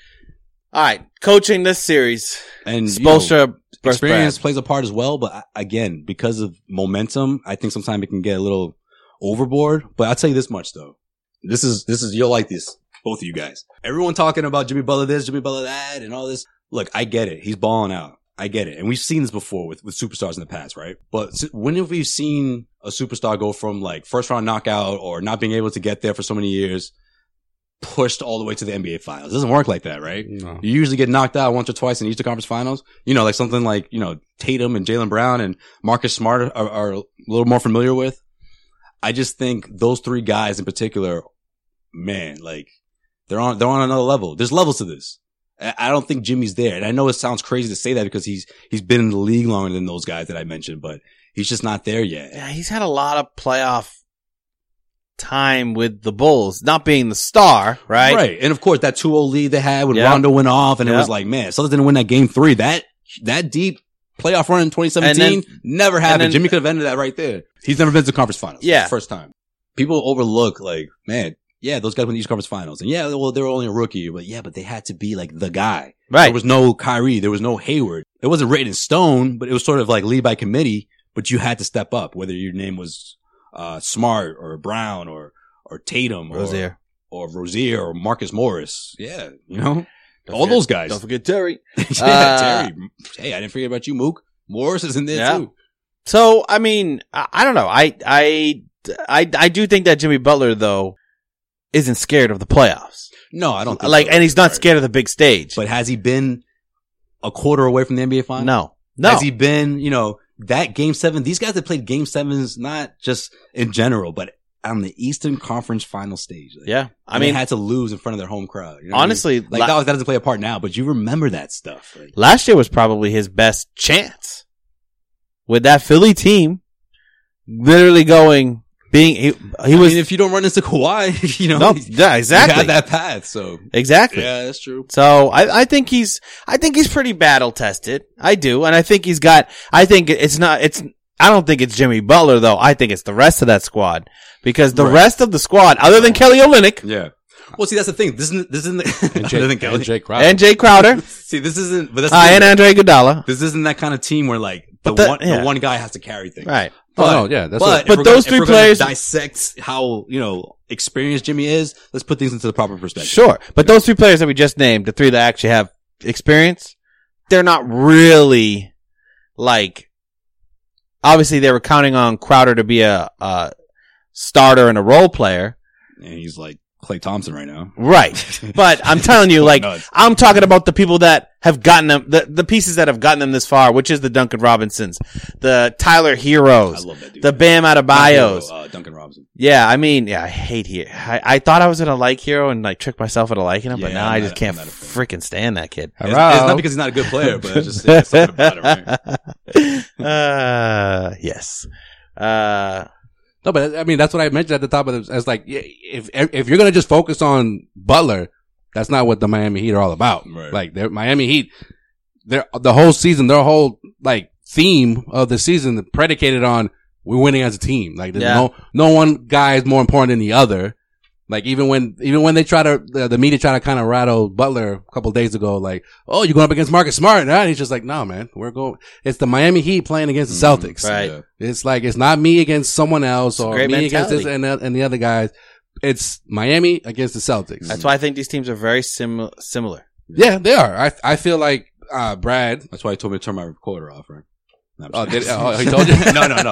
C: All right, coaching this series.
A: And you know,
C: Spolstra versus Brad.
A: experience plays a part as well. But I- again, because of momentum, I think sometimes it can get a little overboard. But I'll tell you this much though. This is, this is, you'll like this. Both of you guys. Everyone talking about Jimmy Butler this, Jimmy Butler that, and all this. Look, I get it. He's balling out. I get it. And we've seen this before with, with superstars in the past, right? But s- when have we seen a superstar go from like first round knockout or not being able to get there for so many years pushed all the way to the NBA finals? It doesn't work like that, right?
B: No.
A: You usually get knocked out once or twice in each of the conference finals. You know, like something like, you know, Tatum and Jalen Brown and Marcus Smart are, are a little more familiar with. I just think those three guys in particular, man, like they're on, they're on another level. There's levels to this. I I don't think Jimmy's there. And I know it sounds crazy to say that because he's, he's been in the league longer than those guys that I mentioned, but he's just not there yet.
C: Yeah, he's had a lot of playoff time with the Bulls, not being the star, right?
A: Right. And of course, that 2-0 lead they had when
C: Yeah.
A: Rondo went off and it
C: Yeah.
A: was like, man, Celtics didn't win that game three. That that deep playoff run in 2017
C: And
A: never happened.
C: then-
A: Jimmy could have ended that right there. He's never been to the conference finals.
C: Yeah.
A: First time. People overlook, like, man, yeah, those guys went to each conference finals. And yeah, well, they were only a rookie, but yeah, but they had to be like the guy. There
C: Right.
A: was no Kyrie. There was no Hayward. It wasn't written in stone, but it was sort of like lead by committee, but you had to step up, whether your name was, uh, Smart or Brown or, or Tatum
C: Rozier.
A: or, or Rozier or Marcus Morris. Yeah. You know,
C: Don't
A: all
C: forget-
A: those guys.
C: Don't forget Terry.
A: yeah,
C: Uh,
A: Terry. Hey, I didn't forget about you, Mook. Morris is in there
C: Yeah.
A: too.
C: So I mean, I, I don't know. I, I I I do think that Jimmy Butler though isn't scared of the playoffs.
A: No, I don't think
C: like,
A: so.
C: and he's not
A: Right.
C: scared of the big stage.
A: But has he been a quarter away from the NBA final?
C: no, no.
A: Has he been, you know, that game seven? These guys that played game sevens, not just in general, but on the Eastern Conference final stage. Like,
C: yeah, I
A: and they
C: mean,
A: had to lose in front of their home crowd. you know what I mean?
C: honestly,
A: like
C: la-
A: that, was, that doesn't play a part now, but you remember that stuff. Like,
C: last year was probably his best chance with that Philly team. Literally going being he, he
A: I
C: was
A: mean, if you don't run into Kawhi, you know,
C: no
A: you
C: yeah exactly
A: got that path. So
C: exactly.
A: yeah, that's true.
C: So I, I think he's I think he's pretty battle tested. I do, and I think he's got. I think it's not. It's I don't think it's Jimmy Butler though. I think it's the rest of that squad because the
A: Right.
C: rest of the squad, other than Kelly Olynyk
A: Yeah. Well, see, that's the thing. This isn't. This isn't.
B: And
A: The,
B: Jake,
A: other than
B: and
A: Kelly.
B: Jake Crowder.
C: and Jay Crowder
A: See, this isn't. But that's the
C: uh,
A: thing.
C: and Andre Iguodala,
A: This isn't that kind of team where like the,
C: But that-
A: one
C: yeah.
A: the one guy has to carry things.
C: right?
B: oh, no, yeah, that's
A: but
B: what,
A: but those three players dissect how you know experienced Jimmy is. Let's put things into the proper perspective.
C: Sure, but those three players that we just named, the three that actually have experience, they're not really like. Obviously, they were counting on Crowder to be a, a starter and a role player,
A: And he's like Clay Thompson right now.
C: right? But I'm telling you, like,
A: Nuts.
C: I'm talking about the people that have gotten them, the, the pieces that have gotten them this far, which is the Duncan Robinsons, the Tyler
A: I
C: Heroes,
A: love that dude.
C: the Bam
A: Not Hero,
C: Adebayos.
A: uh, Duncan Robinson.
C: Yeah, I mean, yeah, I hate Hero. I, I thought I was gonna like Hero and like trick myself into liking him, but
A: Yeah,
C: now
A: I'm
C: I
A: not-
C: just can't
A: I'm not a
C: freaking stand that kid.
A: It's, it's not because he's not a good player, but it's just it's something about him. Right?
C: uh, yes. Uh,
B: No, but I mean that's what I mentioned at the top of the. As like, yeah, if if you're gonna just focus on Butler, that's not what the Miami Heat are all about.
A: Right.
B: Like, they're Miami Heat, their the whole season, their whole like theme of the season predicated on we're winning as a team. Like, there's
C: Yeah.
B: no no one guy is more important than the other. Like even when even when they try to the, the media try to kind of rattle Butler a couple days ago, like, oh, you're going up against Marcus Smart, and he's just like, no, man, we're going. It's the Miami Heat playing against the
A: Mhm.
B: Celtics.
C: Right.
A: Yeah.
B: It's like it's not me against someone else
C: a
B: or me
C: great
B: against this
C: mentality.
B: and, the- and the other guys. It's Miami against the Celtics.
C: that's why I think these teams are very sim- similar.
B: yeah, they are. I I feel like uh, Brad.
A: That's why he told me to turn my recorder off. Right? No, I'm
B: Oh,
A: just-
B: did, oh, he told you?
A: no, no, no.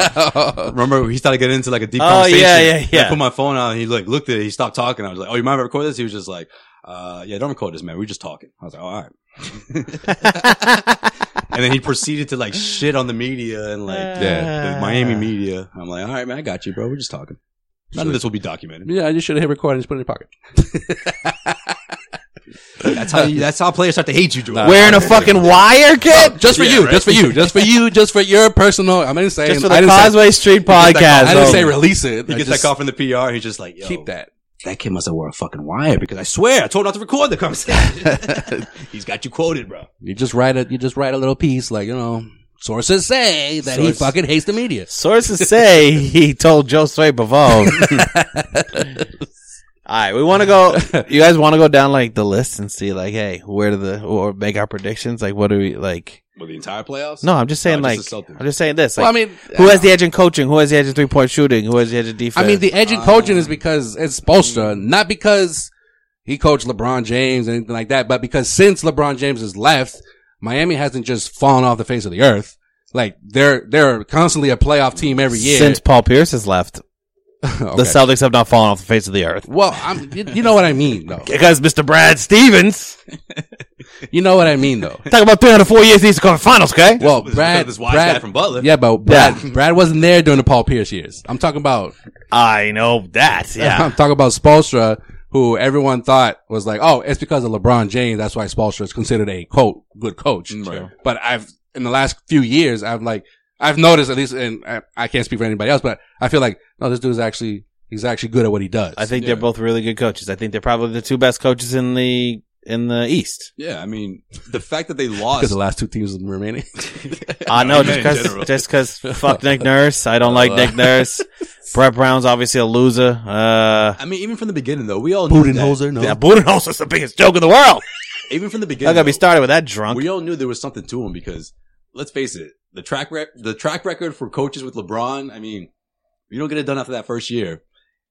A: Remember, he started getting into like a deep
C: Oh,
A: conversation.
C: yeah, yeah,
A: And I
C: yeah.
A: put my phone on. And he like looked at it. He stopped talking. I was like, "Oh, you mind if I record this?" He was just like, uh, "Yeah, don't record this, man. We're just talking." I was like, oh, "All right." and then he proceeded to like shit on the media and like
C: Uh.
B: Yeah.
A: the Miami media. I'm like, "All right, man, I got you, bro. We're just talking. None of this will be documented.
B: yeah, you should have hit record and just put it in your pocket.
A: That's how you, that's how players start to hate you, Jordan.
C: Wearing a fucking wire, kid?
B: Just for
A: Yeah,
B: you,
A: right?
B: just for you, just for you, just for your personal. I didn't say.
C: Just for
B: I
C: the
B: didn't say-
C: Causeway
A: that
C: Street
A: call.
C: podcast. Oh
B: I didn't say
C: only.
B: release it.
A: He
B: I
A: gets
B: just-
A: that call from the PR. He's just like, "Yo,
B: Keep that.
A: That kid must have wore a fucking wire because I swear I told him not to record the conversation. He's got you quoted, bro.
B: You just write a you just write a little piece like you know sources say that he
C: Source-
B: fucking hates the media.
C: Sources say he told Josue Bavone. All right, we want to go. You guys want to go down like the list and see like, hey, where do the or make our predictions? Like, what do we like?
A: With the entire playoffs?
C: No, I'm just saying
A: No,
C: like,
A: just the Celtics.
C: I'm just saying this. Like,
B: Well, I mean,
C: who has the edge in coaching? Who has the edge in three point shooting? Who has the edge in defense?
B: I mean, the edge in coaching
A: Um,
B: is because it's Spolstra, not because he coached LeBron James and anything like that, but because since LeBron James has left, Miami hasn't just fallen off the face of the earth. Like they're they're constantly a playoff team every year.
C: since Paul Pierce has left,
B: Okay.
C: the Celtics have not fallen off the face of the earth
B: well, I'm, you, you know what I mean, though.
C: because Mr. Brad Stevens.
B: You know what I mean, though.
C: Talk about three out of four years needs to come to finals. Okay,
B: Well,
A: This-
B: Brad,
A: this wise
B: Brad
A: guy from Butler.
B: Yeah, but Brad, Brad wasn't there during the Paul Pierce years. I'm talking about
C: I know that.
B: I'm
C: Yeah,
B: talking about Spolstra, who everyone thought was like, oh, it's because of LeBron James. That's why Spolstra is considered a quote, good coach.
A: Mm, Right.
B: But I've, in the last few years, I've like, I've noticed at least, and I, I can't speak for anybody else, but I feel like, no, this dude's actually, he's actually good at what he does.
C: I think
A: Yeah.
C: they're both really good coaches. I think they're probably the two best coaches in the in the East.
A: Yeah, I mean, the fact that they
B: Because
A: lost.
B: the last two teams remaining.
C: I know just
A: in general.
C: because just because fuck Nick Nurse. I don't like Nick Nurse. Brett Brown's obviously a loser. Uh,
A: I mean, even from the beginning, though, we all knew that.
B: no.
C: yeah, Budenholzer's the biggest joke in the world.
A: Even from the beginning,
C: I gotta be
A: though,
C: started with that drunk.
A: we all knew there was something to him because let's face it, the track rec- the track record for coaches with LeBron. I mean, you don't get it done after that first year.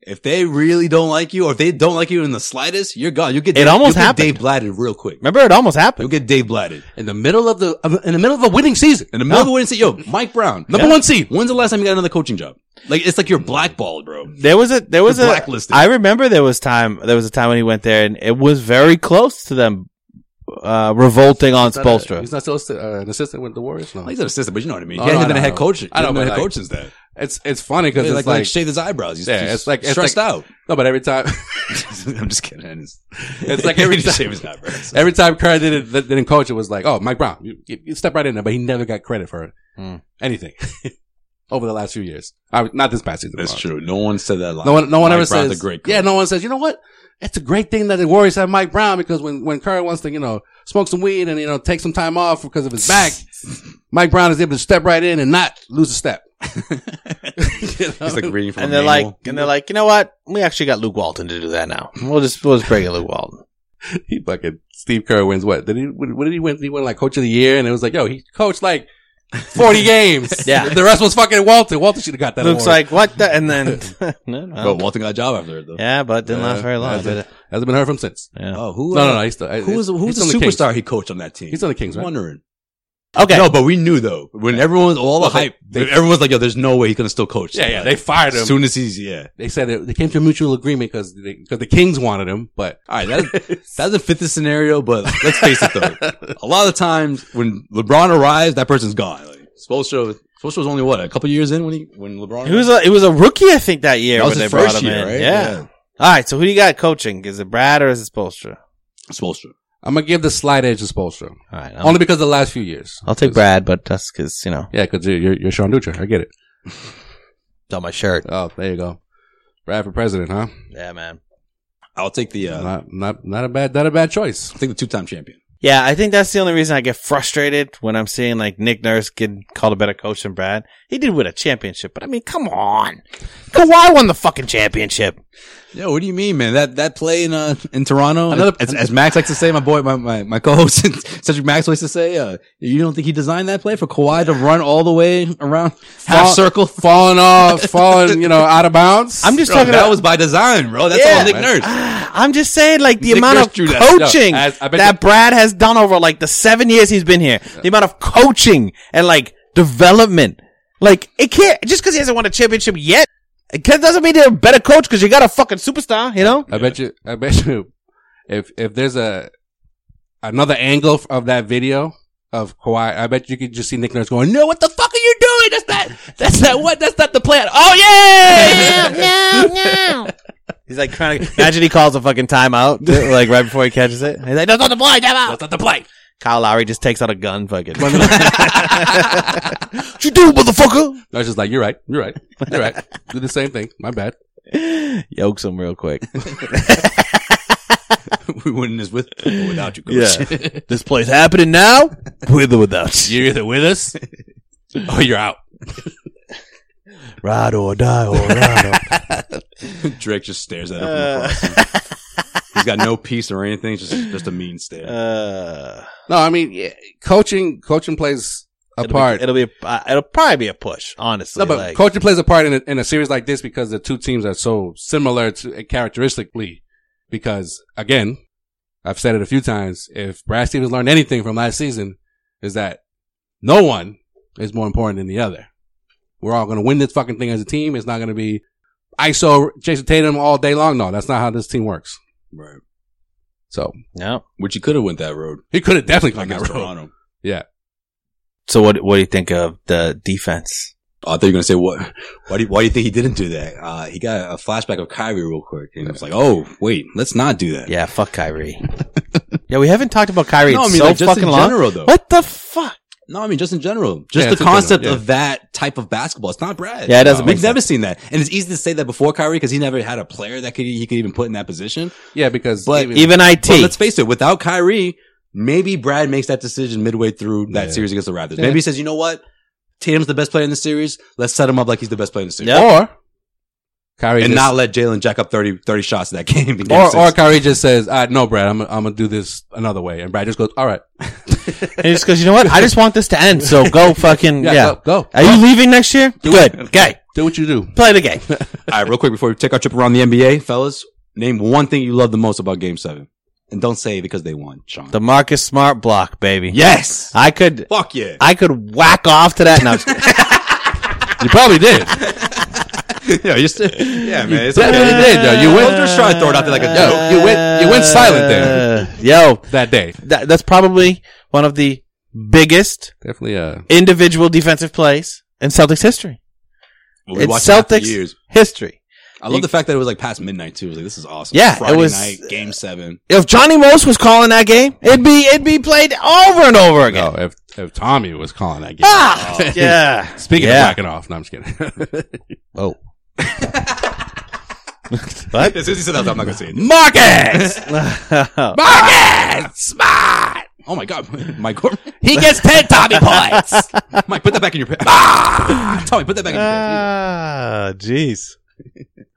A: If they really don't like you, or if they don't like you in the slightest, you're gone. You get
C: It almost
A: you'll get
C: happened.
A: Dave Blatted real quick.
C: Remember, it almost
A: You'll
C: happened.
A: get Dave Blatted
B: in the middle of the of- in the middle of a winning season.
A: in the middle of the winning seat. Yo, Mike Brown, number
C: Yeah.
A: one seat. When's the last time you got another coaching job? Like it's like you're blackballed, bro.
C: There was a there was
A: You're
C: a
A: blacklisted.
C: I remember there was time there was a time when he went there and it was very close to them uh, revolting on
B: He's not a-
C: Spolstra.
B: He's not still uh, an assistant with the Warriors. No,
A: He's an assistant, but you know what I mean.
B: Oh,
A: he
B: no,
A: hasn't
B: I
A: been a
B: know, I
A: head
B: know.
A: coach. He
B: I know,
A: hasn't been a
B: but
A: head
B: like-
A: coach since then.
B: it's it's funny because
A: Like,
B: it's
A: like,
B: like,
A: shave his eyebrows. He's,
B: Yeah,
A: he's
B: it's like- it's
A: stressed
B: like-
A: out.
B: no, but every time
A: I'm just kidding. It's,
B: It's like every
A: He just
B: time-
A: shaved his eyebrows.
B: every time Kerr didn't didn't coach, it was like, oh, Mike Brown, you, you- you step right in there, but he never got credit for it.
C: Mm.
B: anything over the last few years. I, not this past season.
A: That's
B: but-
A: true. No one said that line.
B: No one, no one
A: Mike
B: ever
A: Brown's
B: says.
A: a great coach.
B: yeah, no one says. You know what? It's a great thing that the Warriors have Mike Brown because when when Curry wants to, you know, smoke some weed and you know take some time off because of his back, Mike Brown is able to step right in and not lose a step. You know?
A: He's like reading from
C: And
A: a
C: they're like,
A: manual.
C: and they're like, you know what? We actually got Luke Walton to do that now. We'll just we'll just bring in Luke Walton.
B: he fucking Steve Kerr wins what? Did he? What what did he win? He won like Coach of the Year, and it was like, yo, he coached like forty games.
C: Yeah.
B: the rest was fucking Walter. Walter should have got that.
C: Luke's
B: award.
C: like, what? The? And then, no, no.
A: but Walton got a job after it though.
C: yeah, but it didn't last very long.
B: Yeah,
C: did it?
B: hasn't been heard from since.
C: Yeah.
A: Oh, who?
B: No, no,
A: uh,
B: no. He's still,
A: Who was who's
B: he's
A: the
B: on Kings.
A: superstar he coached on that team?
B: He's on the
A: I was
B: Kings, right?
A: wondering.
C: Okay.
A: No, but we knew though when everyone was all the
B: Well, they-
A: hype.
B: they-
A: everyone's like, "Yo, there's no way he's gonna still coach."
B: Yeah, yeah. They
A: Like,
B: fired him.
A: as soon as he's yeah.
B: They said it, they came to a mutual agreement because because the Kings wanted him, but
A: All right, that, that doesn't fit the scenario, but let's face it though. a lot of times when LeBron arrives, that person's gone. Like, Spoelstra, Spoelstra was only what a couple years in when he when LeBron.
C: It was a it was a rookie, I think, that year
A: that was
C: when
A: his
C: they brought
A: first
C: him
A: year,
C: in.
A: right?
C: Yeah. All right. So who do you got coaching? Is it Brad or is it Spolstra?
A: Spoelstra.
B: I'm gonna give the slight edge to Spoelstra
C: All right.
A: Oh.
C: I'll,
B: only because of the last few years.
C: I'll take Brad, but that's because you know
B: Yeah, because you're, you're you're Sean Dutra. I get it.
C: it's on my shirt.
B: Oh, there you go. Brad for president, huh?
C: Yeah, man.
A: I'll take the uh,
B: Not not not a bad not a bad choice.
A: I'll take the two time champion.
C: Yeah, I think that's the only reason I get frustrated when I'm seeing like Nick Nurse get called a better coach than Brad. He did win a championship, but I mean, come on, Kawhi won the fucking championship.
A: Yo, what do you mean, man? That that play in uh, in Toronto,
B: Another-
A: as, as Max likes to say, my boy, my my, my co-host Cedric Max likes to say, uh, you don't think he designed that play for Kawhi to run all the way around half
B: Fall-
A: circle?
B: falling off, falling, you know, out of bounds.
C: I'm just
A: Bro,
C: talking
A: that
C: about
A: was by design, bro. That's
C: Yeah.
A: all Nick
B: Man.
A: Nurse.
C: I'm just saying, like the
A: Nick
C: amount
A: Nurse
C: of
A: drew that.
C: coaching
B: No, I- I
C: that,
B: bet the-
C: Brad has done over like the seven years he's been here, the amount of coaching and like development, like it can't just because he hasn't won a championship yet, it can- doesn't mean they're a better coach because you got a fucking superstar, you know?
B: I bet you. I bet you. If if there's a another angle of that video of Kawhi, I bet you could just see Nick Nurse going, "No, what the fuck are you doing? That's not. That's not what. That's not the plan. Oh yeah,
C: He's like trying to imagine he calls a fucking timeout like right before he catches it. He's like, "That's not the play, timeout."
B: that's not the play."
C: Kyle Lowry just takes out a gun, fucking. what you do, motherfucker?
B: I was just like, "You're right. You're right. You're right. Do the same thing. My bad."
C: Yokes him real quick.
A: we wouldn't this with or without you, coach.
C: this play's happening now, with or without.
B: You're either with us
A: Oh,
B: or you're out.
C: Ride or die, or ride or.
A: Drake just stares at him. from
C: Uh,
A: across. He's got no peace or anything. It's Just just a mean stare.
C: uh,
B: No, I mean, yeah, coaching. Coaching plays a
C: it'll
B: part.
C: Be, it'll be. Uh, it'll probably be a push, honestly.
B: No, but
C: like,
B: coaching plays a part in a, in a series like this because the two teams are so similar to uh, characteristically. Because again, I've said it a few times. If Brad Stevens learned anything from last season, is that no one is more important than the other. We're all going to win this fucking thing as a team. It's not going to be ISO Jason Tatum all day long. No, that's not how this team works.
A: Right.
B: So
C: no.
A: Which you could have went that road
B: he could have definitely gone that
A: against
B: road.
A: Toronto.
C: So what? What do you think of the defense?
A: Oh, I thought you were gonna say what? Why do you, why do you think he didn't do that? Uh, he got a flashback of Kyrie real quick, and it was like, oh wait, let's not do that.
C: Yeah, fuck Kyrie. yeah, we haven't talked about Kyrie in so
A: like,
C: fucking long.
A: general though.
C: What the fuck?
A: No, I mean just in general, just
B: Yeah,
A: the
B: it's in general,
A: concept
B: yeah.
A: of that type of basketball. It's not Brad.
C: Yeah, it doesn't
A: We've
C: make
A: never seen that, and it's easy to say that before Kyrie because he never had a player that could he could even put in that position.
B: Yeah, because
A: But
C: Even IT.
A: But let's face it, without Kyrie, maybe Brad makes that decision midway through that
B: Yeah.
A: series against the Raptors.
B: Yeah.
A: Maybe he says, you know what, Tatum's the best player in the series. Let's set him up like he's the best player in the series,
C: Yeah.
B: or Kyrie
A: and
B: just,
A: not let Jalen jack up 30, 30 shots in that game. in game
B: or
A: six.
B: or Kyrie just says, uh, "No, Brad, I'm I'm gonna do this another way," and Brad just goes, "All right,
C: And he just goes, you know what? I just want this to end. So go fucking yeah.
B: yeah, Go, go,
C: Are you leaving next year? Good. Okay.
B: do what you do."
C: Play the game.
A: All right, real quick before we take our trip around the NBA, fellas, name one thing you love the most about Game Seven, and don't say it because they won, Sean.
C: The Marcus Smart block, baby.
A: yes,
C: I could
A: fuck yeah.
C: I could whack off to that. No, I'm just kidding.
B: You probably did.
A: yeah, you're still, yeah, man. It's
B: Yeah,
A: okay.
B: you did, yo. You went-
A: Don't just try to throw it out there like a
B: Yo,
A: joke.
B: you went- you went silent there.
C: Uh, Yo,
B: that day.
C: that, that's probably one of the biggest
B: Definitely. Uh,
C: individual defensive plays in Celtics history.
A: We've been
C: it's
A: watching that for
C: Celtics.
A: years.
C: History.
A: I love the fact that it was like past midnight too. It was like this is awesome.
C: Yeah, it
A: Friday
C: was-
A: night, Game Seven.
C: If Johnny Most was calling that game, it'd be it'd be played over and over again.
B: no, if if Tommy was calling that game.
C: Ah, yeah.
B: Speaking
C: Yeah.
B: of backing off, no, I'm just kidding.
C: Oh,
A: As soon as he said that, I'm not gonna say it.
B: Marcus, Marcus, smart.
A: Oh my god, Mike Gorman.
B: He gets ten Tommy points.
A: Mike, put that back in your pants. Tommy, put that back in your pants.
C: ah, jeez.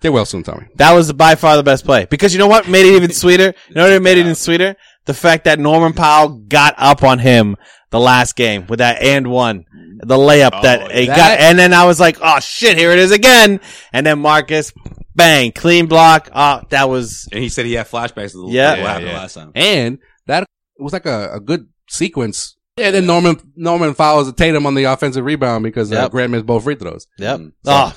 B: Get well soon, Tommy.
C: That was by far the best play because you know what made it even sweeter. You know what made it even sweeter? The fact that Norman Powell got up on him the last game with that and one, the layup
A: Oh,
C: that it
A: that-
C: got, and then I was like, oh shit, here it is again. And then Marcus, bang, clean block. Oh, that was
A: And he said he had flashbacks of the
C: Yeah.
A: what happened
B: Yeah, yeah.
A: last time.
B: And that was like a, a good sequence. And then Norman Norman fouls Tatum on the offensive rebound because uh,
C: Yep.
B: Grant missed both free throws.
C: yep.
A: Mm.
C: Oh,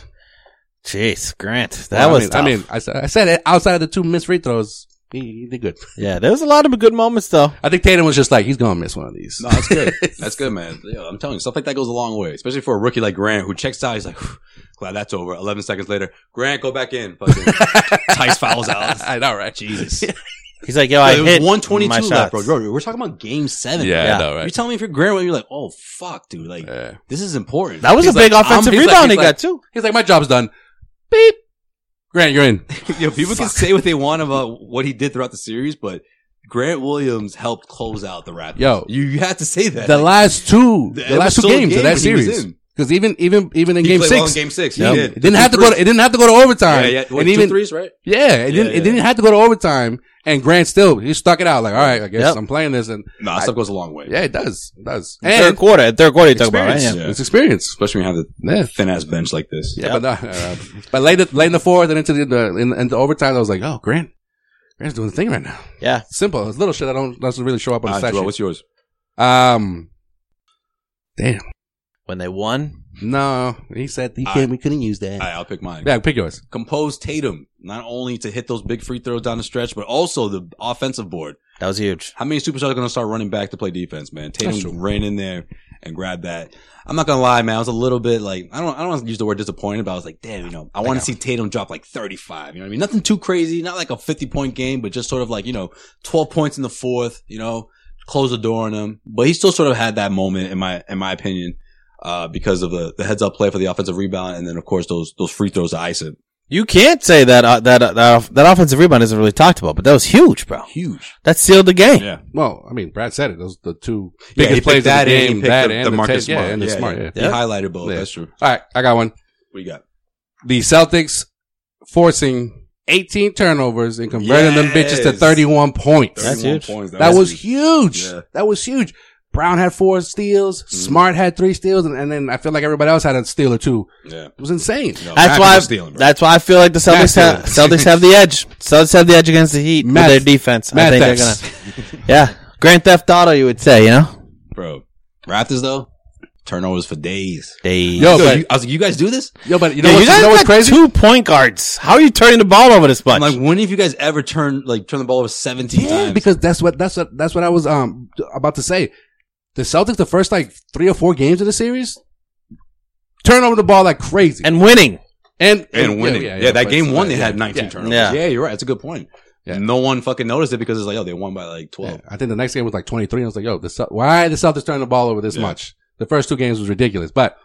C: jeez, Grant, that
B: Well, I
C: was.
B: mean,
C: tough.
B: I mean, I said, I said it outside of the two missed free throws, he, he did good.
C: yeah, there was a lot of good moments though.
B: I think Tatum was just like he's gonna miss one of these.
A: No, that's good. that's good, man. Yo, I'm telling you, stuff like that goes a long way, especially for a rookie like Grant who checks out. He's like, "Whew, glad that's over. 11 seconds later, Grant, go back in. Fucking Tice fouls out.
B: I know, right?
A: Jesus.
C: He's like, yo, I
A: It was
C: hit
A: 122
C: my
A: left, bro.
C: shots.
A: Bro, We're talking about game seven.
B: Yeah,
C: Yeah.
B: I know,
A: You're
B: right?
A: telling me if you're Grant, you're like, oh, fuck, dude. Like,
B: Yeah.
A: this is important.
C: That was
B: He's
C: a big
B: like, I'm-
C: offensive
B: he's like-
C: rebound he
B: he's
C: got
B: like-
C: too.
B: He's like, my job's done. Beep. Grant, you're in.
A: Yo, people can say what they want about what he did throughout the series, but Grant Williams helped close out the Raptors.
B: Yo.
A: you, you have to say that.
B: The
A: Like,
B: last two,
A: it
B: the
A: was
B: last two
A: still a
B: games
A: game
B: of that
A: when he was
B: series.
A: in.
B: Because even even even in
A: He
B: game
A: played
B: six,
A: well in game six. He
B: Yep.
A: did.
B: it didn't have to go. To, it didn't have to go to overtime.
A: Yeah, yeah. What,
B: and
A: two
B: even
A: threes, right?
B: yeah, it didn't.
A: yeah.
B: It didn't have to go to overtime. And Grant still he stuck it out. Like, all right, I guess
C: Yep.
B: I'm playing this. And
A: No, that stuff goes a long way.
B: yeah, it does. It does.
C: Third
B: And
C: quarter, third quarter, you talk about right?
A: Experience.
C: Yeah.
A: Yeah.
B: it's experience.
A: Especially when you have the
B: Yeah.
A: thin ass bench like this.
B: Yeah, but, no, uh, but late, late in the fourth and into the, the in, into overtime, I was like, oh, Grant, Grant's doing the thing right now.
C: yeah.
B: Simple, it's little shit that don't doesn't really show up on
A: Uh,
B: the stat
A: Joel,
B: sheet.
A: what's yours?
B: Um, damn,
C: When they won,
B: no, he said he
A: I-
B: can't. We couldn't use that.
A: I, I'll pick mine.
B: yeah, pick yours.
A: Compose Tatum, not only to hit those big free throws down the stretch, but also the offensive board.
C: that was huge.
A: How many superstars are going to start running back to play defense, man?
B: That's true.
A: Tatum ran in there and grabbed that. I'm not going to lie, man. I was a little bit like, I don't, I don't want to use the word disappointed, but I was like, damn, you know, I want to see Tatum drop like 35. You know what I mean? Nothing too crazy, not like a 50 point game, but just sort of like, you know, 12 points in the fourth, you know, close the door on him. But he still sort of had that moment in my, in my opinion, uh, because of the, the heads up play for the offensive rebound. And then, of course, those, those free throws to ice it.
C: You can't say that uh, that uh, that, off- that offensive rebound isn't really talked about, but that was huge, bro.
A: Huge.
C: That sealed the game.
A: Yeah.
B: Well, I mean, Brad said it. Those the two
A: Yeah,
B: biggest
A: he picked
B: plays of the
A: that and he
B: game.
A: picked
B: That
A: the-
B: and
A: the
B: the,
A: Marcus
B: Smart.
A: Smart.
B: Yeah, and the
A: Yeah,
B: Smart.
A: yeah.
B: Yeah.
A: He
C: Yeah.
A: highlighted both.
B: Yeah.
A: That's true.
B: All right, I got one.
A: What you got?
B: The Celtics forcing 18 turnovers and converting them bitches to
A: Yes.
B: 31 points.
C: That's
A: 31
C: huge.
A: points.
B: That, was huge.
A: Yeah. Mm-hmm.
B: That was huge. Brown had four steals. Smart had three steals, and, and then I feel like everybody else had a steal or two.
A: Yeah.
B: It was insane.
A: No,
C: That's
A: Raptors
C: why.
A: are
C: I-
A: stealing, bro.
C: that's why I feel like the
B: Matt
C: Celtics have, Celtics have the edge. Celtics have the edge against the Heat
B: Matt-
C: with their defense. I
B: Matt
C: think
B: Thefts.
C: they're gonna. Yeah, Grand Theft Auto, you would say, you know?
A: bro. Raptors though, turnovers for days.
C: They,
A: Yo,
B: Yo, but,
A: you- I was like, you guys do this?
B: yo, but you know
C: Yo,
B: what,
C: you guys
B: you know what's
C: got
B: crazy?
C: two point guards. How are you turning the ball over this much?
A: I'm like, when have you guys ever turned like turn the ball over 17
B: Yeah,
A: times?
B: because that's what that's what that's what I was um about to say. The Celtics, the first like three or four games of the series, turn over the ball like crazy,
C: and winning.
B: and
A: and winning. Yeah, that
B: but
A: game
B: it's,
A: one,
B: uh,
A: they
B: yeah,
A: had 19
B: yeah,
A: turnovers.
C: Yeah.
A: Yeah. you're right. That's a good point.
B: Yeah.
A: No one fucking noticed it because it's like, oh, they won by like
B: yeah.
A: 12.
B: I think the next game was like twenty three. I was like, yo, the Cel- why the Celtics turn the ball over this
A: Yeah.
B: much? The first two games was ridiculous, but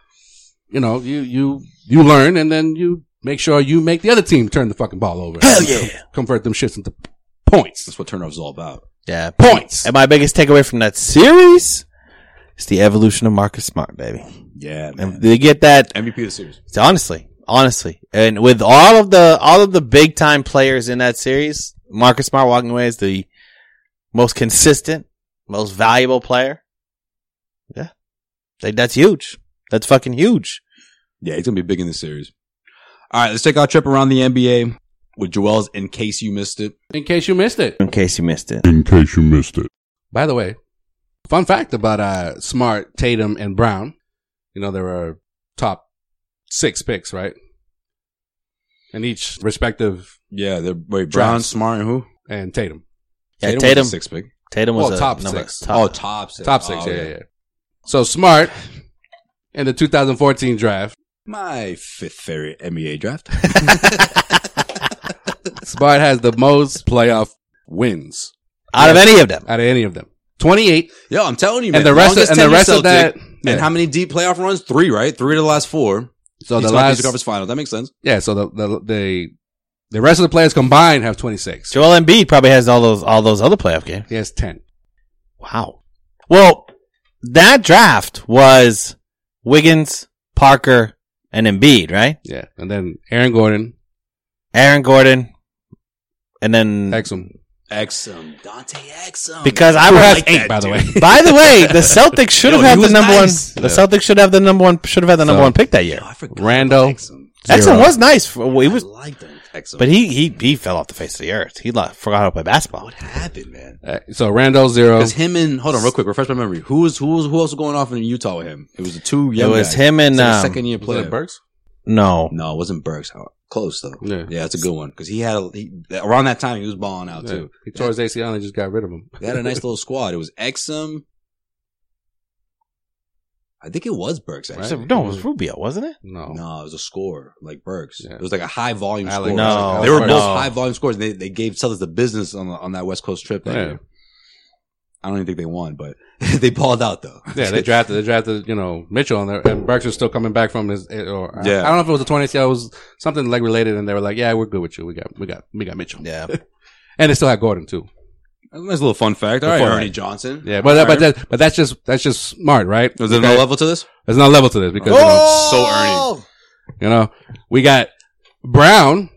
B: you know, you you you learn, and then you make sure you make the other team turn the fucking ball over.
C: Hell yeah.
B: Convert them shits into points.
A: That's what turnovers is all about.
C: Yeah.
B: Points.
C: And my biggest takeaway from that series is the evolution of Marcus Smart, baby.
A: Yeah,
C: And
A: man.
C: they get that
A: MVP of the series.
C: So honestly, honestly, and with all of the all of the big time players in that series, Marcus Smart walking away is the most consistent, most valuable player. Yeah, like that's huge. That's fucking huge.
A: Yeah, he's gonna be big in this series. All right, let's take our trip around the NBA with Joel's. In case you missed it,
B: In case you missed it.
C: In case you missed it,
D: in case you missed it.
B: By the way, fun fact about uh, Smart, Tatum, and Brown. You know, there were top six picks, right? And each respective
A: yeah, they're wait Brown,
B: Drafts.
A: Smart, and who?
B: and Tatum.
C: yeah,
A: was
C: Tatum.
A: a six pick.
C: Tatum was
B: Well,
C: a
B: top
C: number-
B: six.
C: Top,
A: oh, top six.
B: Top six,
A: Oh,
B: yeah, yeah, yeah. So Smart in the 2014 draft,
A: My fifth favorite NBA draft.
B: Smart has the most playoff wins
C: out of any of them.
B: out of any of them. 28.
A: Yo, I'm telling you, man.
B: And the rest of,
A: Longest
B: and the
A: tenure
B: rest of
A: Celtic.
B: that.
A: And
B: yeah.
A: how many deep playoff runs? Three, right? Three to the last four.
B: so the
A: He's got
B: last,
A: conference final. That makes sense.
B: yeah, so the, the, the, the rest of the players combined have 26.
C: Joel Embiid probably has all those all those other playoff games.
B: He has 10.
C: Wow. Well, that draft was Wiggins, Parker, and Embiid, right?
B: Yeah. And then Aaron Gordon,
C: Aaron Gordon, and then
B: Exum.
A: Exum, Dante Exum.
C: because I
B: Who
C: would.
B: has
C: Like,
B: eight, by the way.
C: by the way, the Celtics should
A: Yo,
C: have
A: he
C: had the
A: was
C: number
A: nice.
C: one. The Celtics should have the number one. Should have had the number
B: So-
C: one pick that year.
A: Yo, I forgot
B: Randall.
A: about Exum.
B: Zero.
C: Exum was nice. For, he
A: I
C: was,
A: liked him, Exum.
C: but he he he fell off the face of the earth. He lo- forgot how to play basketball.
A: what happened, man?
B: Uh, so Randall zero.
A: Because him and hold on, real quick, refresh my memory. Who was who was who else was going off in Utah with him? It was the two
C: It
A: young.
C: was
A: guys.
C: him
A: It's
C: and
A: like a
C: um,
A: second year
B: Was
A: player.
B: it Burks?
C: no.
A: No, it wasn't Burks. How- Close though.
B: Yeah.
A: Yeah, that's a good one because he had a, he, around that time he was balling out
B: Yeah.
A: too.
B: He tore his ACL and just got rid of him.
A: They had a nice little squad. It was Exum. I think it was Burks
C: It was-
A: actually.
B: Right.
C: No, it was Rubio, wasn't it?
B: No.
A: No, it was a score like Burks.
B: Yeah.
A: It was like a high volume
B: Alec-
A: score.
C: No,
A: they were
B: Burks.
A: both
C: No.
A: high volume scores. And they they gave Celtics the business on the, on that West Coast trip. That
B: Yeah.
A: year. I don't even think they won, but they balled out though.
B: Yeah, they drafted. They drafted. You know Mitchell, and, and Burks was still coming back from his. eh, Or,
A: Yeah.
B: I, don't know if it was a torn ACL. It was something leg related, and they were like, "Yeah, we're good with you. We got, we got, we got Mitchell."
C: Yeah.
B: And they still had Gordon too.
A: That's a nice little fun fact. All
B: All
A: right,
B: right.
A: Ernie Johnson.
B: Yeah, but that,
A: All
B: but
A: right.
B: that, but that's just that's just smart, right?
A: is there
B: Okay.
A: no level to this?
B: There's no level to this because you know,
A: Oh!
B: you know we got Brown,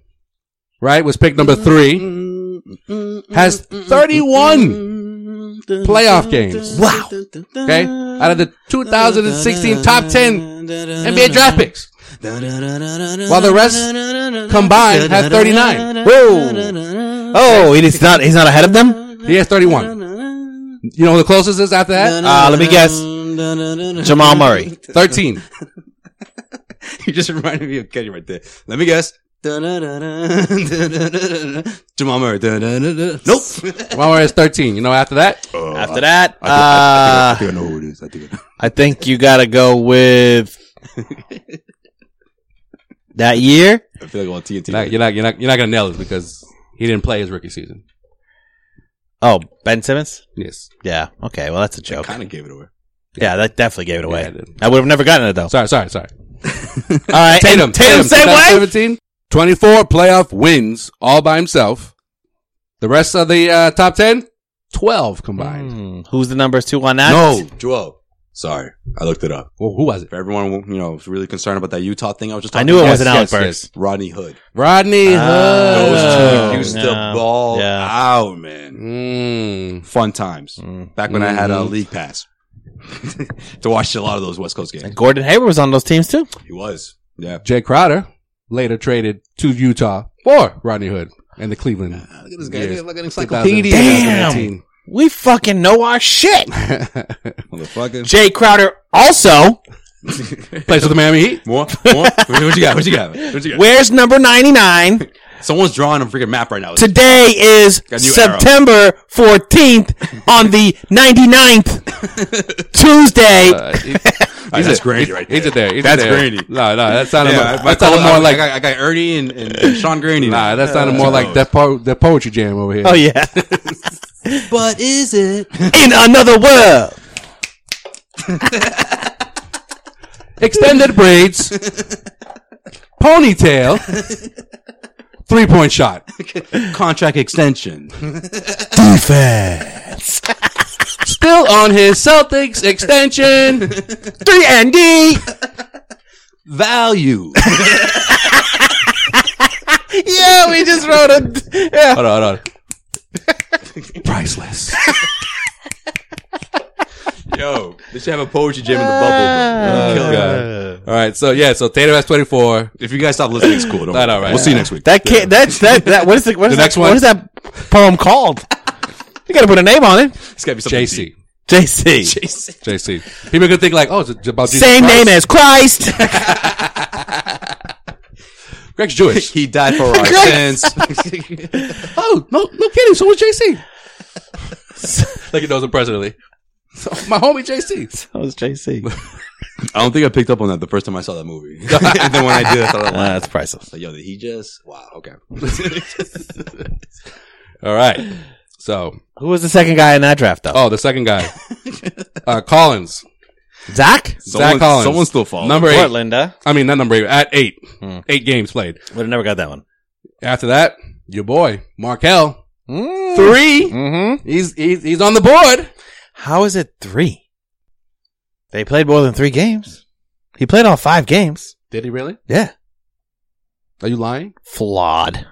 B: right? Was picked number three. Has 31 playoff games.
A: Wow.
B: Okay, out of the 2016 top 10 NBA draft picks.
A: While
B: While the rest combined has 39.
A: Whoa.
C: Oh, he's not. He's not ahead of them.
B: He has 31. You know who the closest is after that?
C: Uh, let me guess. Jamal Murray.
B: 13.
A: You just reminded me of Kenny right there. Let me guess. Jamal Murray. Nope.
B: Jamal Murray is 13. You know after that?
C: After that,
A: I
C: uh,
A: think I know who it is. I think I know.
C: I think you gotta go with that year.
A: I feel like I'm on TNT.
B: You're not, you're not, you're not, you're not going to nail this because he didn't play his rookie season.
C: Oh, Ben Simmons.
B: Yes.
C: Yeah. Okay. Well, that's a joke.
A: kind of gave it away.
C: Yeah, that definitely gave it away.
B: Yeah, I did.
C: I would have never gotten it though.
B: Sorry, sorry, sorry.
C: All right,
B: Tatum.
C: and Tatum, same way.
B: 2017, 24 playoff wins all by himself. The rest of the uh, top 10, 12 combined.
C: Hmm, who's the numbers two on that?
A: No, Joel. Sorry, I looked it up.
B: Well, who was it?
A: If everyone, you know, was really concerned about that Utah thing I was Uh, just
C: I
A: talking
C: knew it
A: about,
C: wasn't
B: yes,
C: Alec Burks.
A: Rodney Hood.
B: Rodney
C: Ah.
A: Those
C: Oh,
A: two
B: Hood.
A: used to
C: no.
A: ball
C: Yeah.
A: out, man.
B: Mm.
A: Fun times.
C: Mm.
A: Back when I had a
B: Mhm.
A: league pass to watch a lot of those West Coast games.
C: And Gordon Hayward was on those teams too.
A: He was. Yeah.
B: Jay Crowder later traded to Utah for Rodney Hood and the Cleveland.
A: Look at this guy.
B: Yes.
A: Look like an
B: 2000.
A: encyclopedia.
C: Damn. We fucking know our shit.
A: Motherfucker.
C: Jay Crowder also.
B: Plays with the Miami Heat.
A: More? More? what you got? What you got? What you got?
C: Where's number ninety nine?
A: Someone's drawing a freaking map right now.
C: Today is
A: Got a new arrow.
C: September fourteenth on the 99th Tuesday.
B: Uh, he-
A: Alright, that's grainy right there.
B: He's a there. He's
A: That's
B: there.
A: grainy.
B: No, no, that sounded
A: Yeah,
B: more,
A: I, I
B: that sounded
A: call-
B: more
A: I-
B: like
A: I, got- I got Ernie and, and Sean Graney.
B: nah, that sounded more like that po- that poetry jam over here.
C: oh yeah,
A: But is it?
C: in another world.
B: extended braids, ponytail, three point shot.
A: Contract extension.
B: Still on his Celtics extension.
C: Three and D.
A: Value.
C: Yeah, we just wrote a. Yeah.
A: hold on, hold on.
B: Priceless.
A: Yo, they should have a poetry jam in the bubble. Kill Oh, God.
B: Oh, All right. So, yeah. So Tatum has 24.
A: If you guys stop listening, it's cool. Don't
B: Not
A: worry.
B: all right.
A: We'll see you next week.
C: That can't. That's that. That. What is the? What is
B: The
C: that,
B: next one?
C: What is that poem called? you got to put a name on it.
A: It's gotta be something
B: JC.
A: deep.
C: JC.
A: JC.
B: JC. People could think like, oh, it's about Jesus
C: Same
B: Christ.
C: name as Christ.
B: Greg's Jewish.
A: He died for our sins.
B: oh, no, no kidding. So was JC. like he knows him personally. So, my homie JC.
C: that was JC.
A: I don't think I picked up on that the first time I saw that movie. and then when I did, I thought,
C: Ah, that's priceless.
A: like, yo, did he just? Wow, okay.
B: All right. So,
C: Who was the second guy in that draft though?
B: oh, the second guy, uh, Collins. Oh.
C: Zach.
A: Someone-
B: Zach Collins.
A: someone still following.
B: Number eight.
C: Linda.
B: I mean, not number eight. At eight.
C: Hmm.
B: Eight games played.
C: Would have never got that one.
B: After that, your boy, Markel.
C: Mm.
B: Three.
C: Mm-hmm.
B: He's, he's, he's on the board.
C: How is it three? They played more than three games. He played all five games.
B: Did he really?
C: Yeah.
B: Are you lying?
C: Flawed.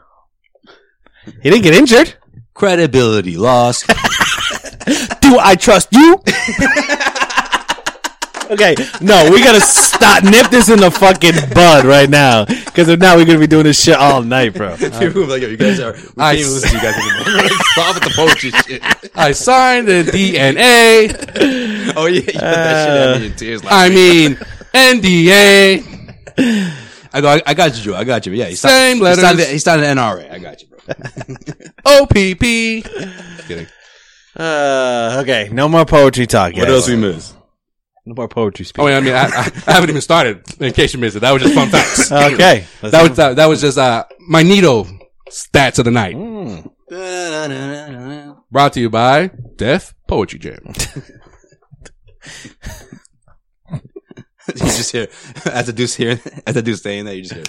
C: He didn't get injured.
A: Credibility lost.
C: Do I trust you? okay, no, we gotta stop. Nip this in the fucking bud right now, because if not, we're gonna be doing this shit all night, bro.
A: People were like, yo, you guys are. We
B: I
A: can't even listen to you guys anymore. Stop with the poetry shit.
B: I signed the DNA.
A: Oh yeah, you put that shit at me in tears. Like,
B: I mean, NDA.
A: I, go, I, I got you, Drew. I got you. Yeah, he signed,
B: Same
A: he signed, the,
B: letters.
A: he signed the NRA. I got you, bro.
B: OPP. Kidding.
C: Uh, okay, no more poetry talk. guys.
A: miss?
C: No more poetry speak.
B: Oh, wait, I mean, I, I, I haven't even started. In case you missed it, that was just fun facts.
C: okay,
B: that was that, that was just uh, my Nito stats of the night. Brought to you by Deaf Poetry Jam.
A: you just hear as a dude's here, as a dude's saying that. You just hear.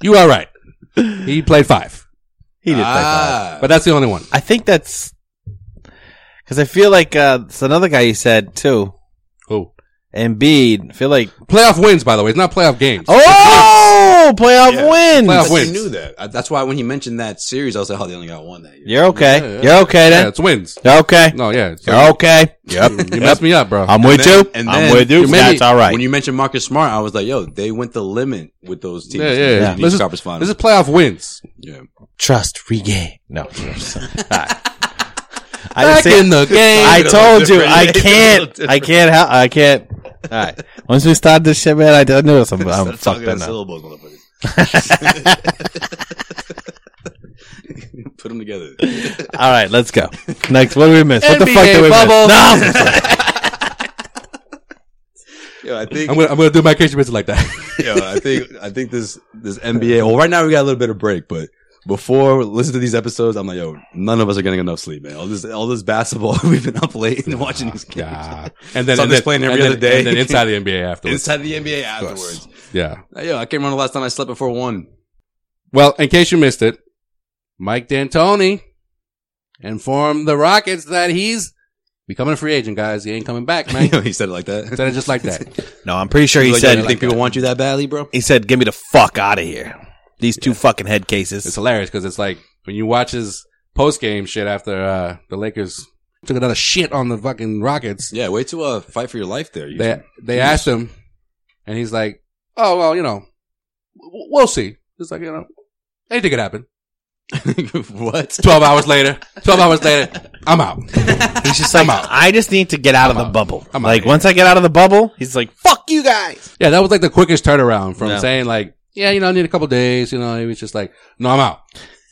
B: You are right. He played five,
C: he did. Ah.
A: Ah,
B: but that's the only one.
C: I think that's because I feel like uh, it's another guy you said too.
B: Who?
C: Embiid. I feel like
B: Oh. Playoff wins, by the way. It's not playoff games.
C: oh, playoff
A: Yeah.
C: wins.
A: I
B: Playoff
A: thought
B: wins.
A: you knew that. I, that's why when he mentioned that series, I was like, "Oh, they only got one that year."
C: You're okay.
B: Yeah, yeah.
C: You're okay
B: Yeah,
C: then.
B: it's wins.
C: You're okay.
B: No, yeah. it's-
C: You're okay. Oh, Yep.
B: You messed me up, bro.
C: I'm with
A: then-
C: you.
A: and
C: I'm
A: then
C: with you.
B: you made
C: That's
B: me-
C: all right.
A: When you mentioned Marcus Smart, I was like, "Yo, they went the limit with those teams."
B: yeah, yeah.
A: in
B: yeah.
A: the
B: This, is,
A: conference finals.
B: this is playoff wins.
A: yeah.
C: Trust regain. No. all right. I
B: Back
C: just say-
B: in the game.
C: I
A: It's a
C: told
A: little
C: you.
A: different.
C: I
A: It's a little
C: can't.
A: different.
C: I can't help. I can't. All right. Once we start this shit, man, I don't know if I'm, I'm
A: Stop talking
C: fucked
A: in
C: up. now.
A: syllables, motherfuckers. Put them together.
C: All right, let's go. Next, what do we miss? What the fuck
B: NBA
C: do we
B: bubble.
C: miss? No.
A: Yo, I think.
B: I'm gonna, I'm gonna do my case business like that.
A: yo, I think. I think this this NBA. Well, right now we got a little bit of break, but before listen to these episodes, I'm like, yo, none of us are getting enough sleep, man. All this all this basketball, we've been up late and watching
C: Oh,
A: these games.
B: Yeah. And then
A: So I'm just
B: and then,
A: playing every
B: and then-
A: other day.
B: And then inside the NBA afterwards.
A: Inside the NBA afterwards.
B: yeah.
A: Like, Yo, I can't remember the last time I slept before one.
B: Well, in case you missed it, Mike D'Antoni informed the Rockets that he's becoming a free agent, guys. He ain't coming back, man.
A: Yo, he said it like that.
B: Said it just like that.
C: No, I'm pretty sure he
A: Like, yo,
C: said.
A: you think people want you that badly, bro?
C: he said, "Get me the fuck out of here." These two fucking head cases.
B: It's hilarious because it's like when you watch his post game shit after uh, the Lakers took another shit on the fucking Rockets.
A: Yeah, way to uh, fight for your life there. You
B: They they asked him, and he's like, "Oh well, you know, w- we'll see." It's like you know, anything could happen.
A: what?
B: Twelve hours later, twelve hours later, I'm out.
C: He's just like, I just need to get out of the
B: out.
C: bubble.
B: I'm out
C: like,
B: here.
C: once I get out of the bubble, he's like, fuck you guys.
B: Yeah, that was like the quickest turnaround from
C: Yeah.
B: saying like, "Yeah, you know, I need a couple days." You know, he was just like, "No, I'm out."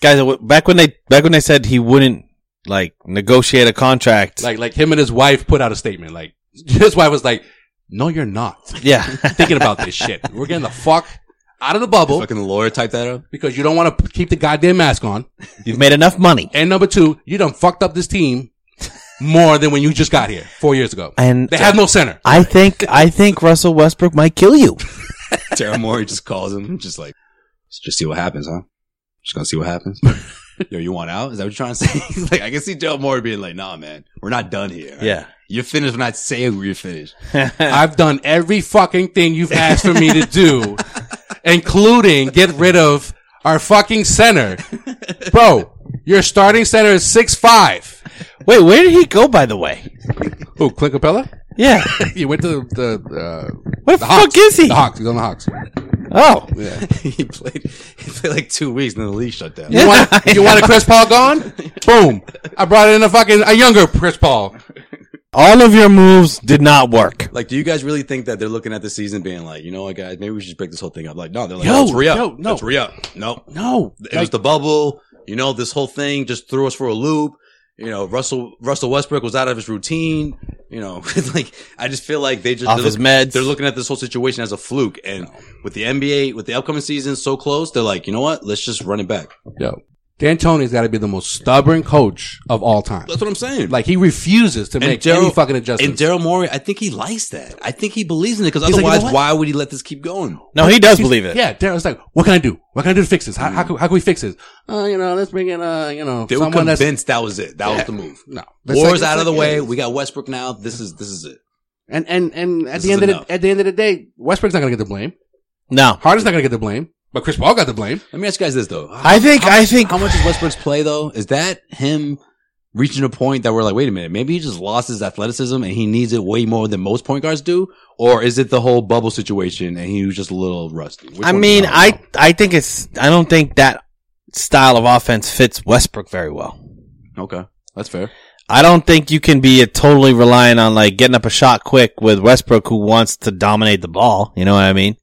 C: Guys, w- back when they, back when they said he wouldn't, like, negotiate a contract.
B: Like like him and his wife put out a statement. Like his wife was like, "No, you're not
C: yeah.
B: thinking about this shit. We're getting the fuck out of the bubble."
A: Fucking lawyer type that up.
B: because you don't want to keep the goddamn mask on.
C: You've made enough money.
B: And number two, you done fucked up this team more than when you just got here four years ago.
C: And
B: They have no center.
C: I think I think Russell Westbrook might kill you.
A: Daryl Morey just calls him, just like, "Let's just see what happens, huh? Just gonna see what happens. Yo, you want out? Is that what you're trying to say? He's like, I can see Daryl Morey being like, nah, man, we're not done here. all right?
C: Yeah.
A: You're finished when I say we're finished.
B: I've done every fucking thing you've asked for me to do, including get rid of our fucking center. Bro, your starting center is six five.
C: Wait, where did he go by the way?
B: Who, Clint Capella?
C: Yeah.
B: He went to the, the, uh,
C: Where the,
B: the Hawks.
C: fuck is he?
B: The Hawks. He's on the Hawks.
C: Oh.
A: he played he played like two weeks and then the league shut down.
B: You want, you want a Chris Paul gone? Boom. I brought in a fucking, a younger Chris Paul.
C: All of your moves did not work.
A: Like, do you guys really think that they're looking at the season being like, you know what, guys, maybe we should break this whole thing up? Like, no, they're like,
B: Yo,
A: let's re up.
B: yo, no.
A: Let's re up. No.
B: No.
A: It was the bubble. You know, this whole thing just threw us for a loop. You know, Russell Russell Westbrook was out of his routine. You know, it's like I just feel like they just
C: Off
A: they're,
C: his
A: look-
C: meds.
A: they're looking at this whole situation as a fluke. And with the NBA, with the upcoming season so close, they're like, you know what? Let's just run it back.
B: Yo. D'Antoni's got to be the most stubborn coach of all time.
A: That's what I'm saying.
B: Like he refuses to make any fucking adjustments.
A: And Daryl Morey, I think he likes that. I think he believes in it because
B: He's like, you
A: otherwise,
B: know what?
A: why would he let this keep going?
C: No, he does believe it.
B: Yeah, Daryl's like, what can I do? What can I do to fix this? How, how, can, how can we fix this? Uh, you know, let's bring in, uh, you know,
A: Mm. They were
B: someone that's
A: convinced that was it. That was the move.
B: no. That's
A: War's
B: like-
A: out of the
B: that's
A: way.
B: like-
A: We got Westbrook now. This is this is it.
B: And and and at
A: This
B: the
A: is
B: end of
A: enough.
B: the at the end of the day, Westbrook's not gonna get the blame.
C: No.
B: Harden's not gonna get the blame. But Chris Paul got the blame.
A: Let me ask you guys this though.
C: I think I think
A: How much is Westbrook's play though? Is that him reaching a point that we're like, wait a minute, maybe he just lost his athleticism and he needs it way more than most point guards do, or is it the whole bubble situation and he was just a little rusty? Which
C: I
A: one
C: mean,
A: do you
C: I I think it's I don't think that style of offense fits Westbrook very well.
A: know? okay, that's fair.
C: I don't think you can be totally relying on like getting up a shot quick with Westbrook who wants to dominate the ball, you know what I mean?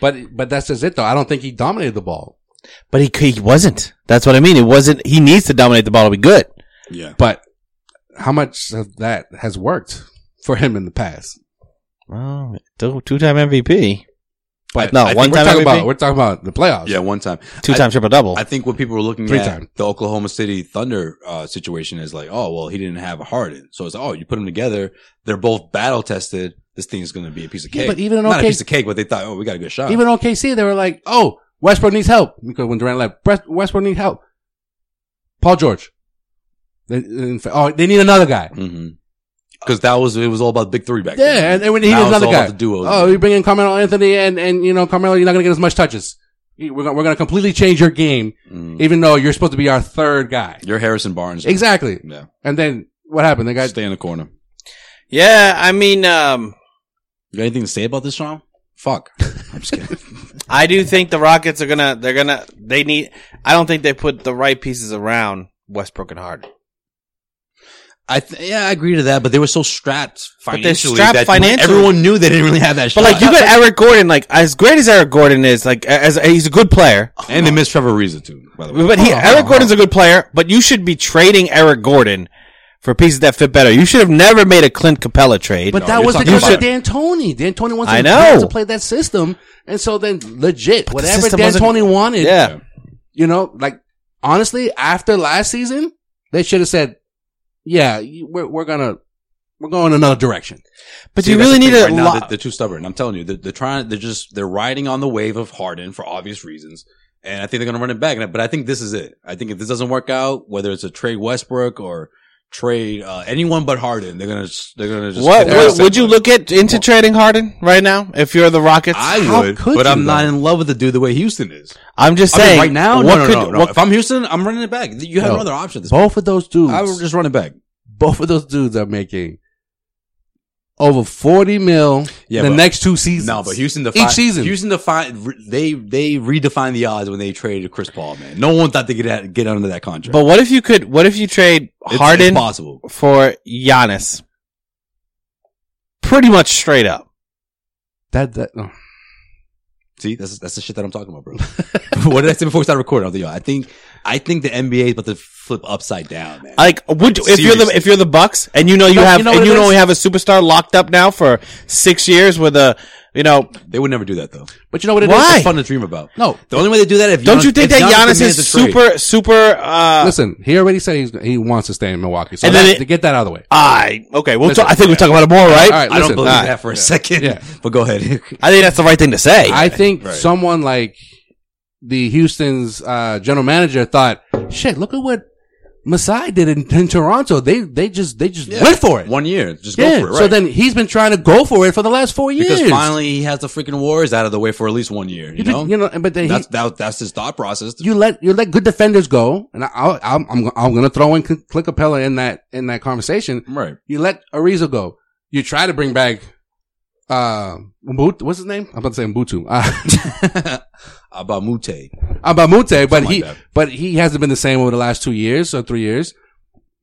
B: But but that's just it though. I don't think he dominated the ball.
C: But he c- he wasn't. That's what I mean. It wasn't he needs to dominate the ball to be good.
A: Yeah,
B: But how much of that has worked for him in the past?
C: Well, two time MVP.
B: But
C: No,
B: I think
C: one
B: we're
C: time
B: talking
C: MVP?
B: about we're talking about the playoffs.
A: yeah, one time.
C: Two
A: I-
C: time triple double.
A: I think what people were looking
B: Three
A: at
B: time.
A: the Oklahoma City Thunder uh, situation is like, oh well, he didn't have a Harden, so it's oh you put them together, they're both battle tested. This thing's going to be a piece of
B: Yeah,
A: cake.
B: but even an
A: not
B: okay-
A: a piece of cake, but they thought, oh, we got a good shot.
B: Even OKC, they were like, "Oh, Westbrook needs help." Because when Durant left, "Brest- Westbrook needs help. Paul George. They, in fact- oh, they need another guy.
A: Because Mm-hmm. that was it was all about the big three back then.
B: Yeah, and, and we need
A: Now it's
B: another
A: all
B: guy.
A: about the duos.
B: Oh, you bring in Carmelo Anthony, and and you know Carmelo, you're not gonna get as much touches. You- We're gonna, we're gonna completely change your game,
A: Mm.
B: even though you're supposed to be our third guy.
A: You're Harrison Barnes.
B: Exactly.
A: Yeah.
B: And then what happened? They got
A: Stay in the corner.
C: yeah, I mean um
A: You got anything to say about this, Sean? Fuck. I'm just kidding.
C: I do think the Rockets are gonna they're gonna they need I don't think they put the right pieces around Westbrook and Harden.
A: I th- yeah, I agree to that, but they were so strapped
C: But they're
A: financially.
C: strapped
A: that
C: financially.
A: Everyone knew they didn't really have that
C: But
A: shot.
C: like you got Eric Gordon, like as great as Eric Gordon is, like as he's a good player.
A: and they missed Trevor Reza too, by the way.
C: But he,
B: Hold on, hold on,
C: Eric
B: hold
C: Gordon's a good player, but you should be trading Eric Gordon for pieces that fit better. You should have never made a Clint Capella trade.
B: But
A: No,
B: that
A: you're
B: was
A: talking
B: because of
A: about-
B: D'Antoni. D'Antoni wants
C: I
B: his
C: know.
B: players to play that system, and so then legit,
C: the
B: whatever
C: system wasn't-
B: D'Antoni wanted,
C: yeah.
B: you know, like honestly, after last season, they should have said, "Yeah, you- we're we're gonna we're going another direction."
C: But
A: See,
C: you
A: that's
C: really
A: the
C: need
A: thing.
C: a
A: right now,
C: lot.
A: they're, they're too stubborn. I'm telling you, they're, they're trying. They're just they're riding on the wave of Harden for obvious reasons, and I think they're going to run it back. And I- But I think this is it. I think if this doesn't work out, whether it's a trade Westbrook or trade uh, anyone but Harden, they're gonna s- they're gonna just
C: what
A: they're
C: would,
A: gonna
C: would you
A: settle.
C: look at into trading Harden right now if you're the Rockets?
A: I
B: How
A: would,
B: could
A: but
B: you,
A: I'm not
B: though?
A: in love with the dude the way Houston is.
C: am just
A: I
C: saying
A: mean, right now,
C: What
A: no, no,
C: could
A: no, no.
C: what-
A: if I'm Houston, I'm running it back. You have
B: No.
A: no other option. At this
B: Both of those dudes,
A: point. I would just run it back.
B: both of those dudes are making over forty mil
A: Yeah,
B: the
A: but-
B: next two seasons.
A: No, but Houston
B: each
A: defined
B: season.
A: Houston defined re- they they redefined the odds when they traded Chris Paul. Man, no one thought they could get, get under that contract.
C: but what if you could? What if you trade
A: It's-
C: Harden
A: it's possible.
C: for Giannis? Pretty much straight up.
B: that that oh,
A: See, that's that's the shit that I'm talking about, bro. what did I say before we started recording? I was like, yo, I think I think the NBA is about to flip upside down, man.
C: Like, would you- if you're the
A: Seriously.
C: if you're the Bucks and you know you
B: No,
C: have
B: you know
C: and
B: what
C: you
B: it
C: know
B: is?
C: we have a superstar locked up now for six years with a You know,
A: They would never do that though.
B: But you know what it is?
C: Why?
A: It's fun to dream about.
B: No.
A: The only way they do that if
C: don't
A: Giannis-
C: you think
A: if
C: that Giannis,
A: demands
C: is
A: a trade.
C: super, super? uh
B: Listen, he already said he's, he wants to stay in Milwaukee. So
C: And then
B: that-
C: it-
B: to get that out of the way.
C: I okay. We'll.
B: Listen,
C: talk I think we'll talk about it more, right?
B: All right,
A: I don't
B: listen,
A: believe
B: all right.
A: that for a second.
B: Yeah.
A: But go ahead.
C: I think that's the right thing to say.
B: I think
A: Right.
B: someone like the Houston's uh, general manager thought, "Shit, look at what Masai did in, in Toronto. They they just they just
A: Yeah.
B: went for it.
A: One year. Just
B: yeah.
A: go for it. Right?
B: So then he's been trying to go for it for the last four years.
A: because finally he has the freaking Warriors out of the way for at least one year. You
B: you, did-
A: know,
B: you know, but then he,
A: that's that, that's his thought process.
B: you let you let good defenders go, and I, I'll, I'm I'm I'm gonna throw in Clint Capella in that in that conversation.
A: right.
B: You let Ariza go. You try to bring back. Uh, Mbut, what's his name? I'm about to say Mbutu. Uh,
A: About Mute.
B: Abamute, but
A: Something
B: he,
A: like that.
B: but he hasn't been the same over the last two years or three years.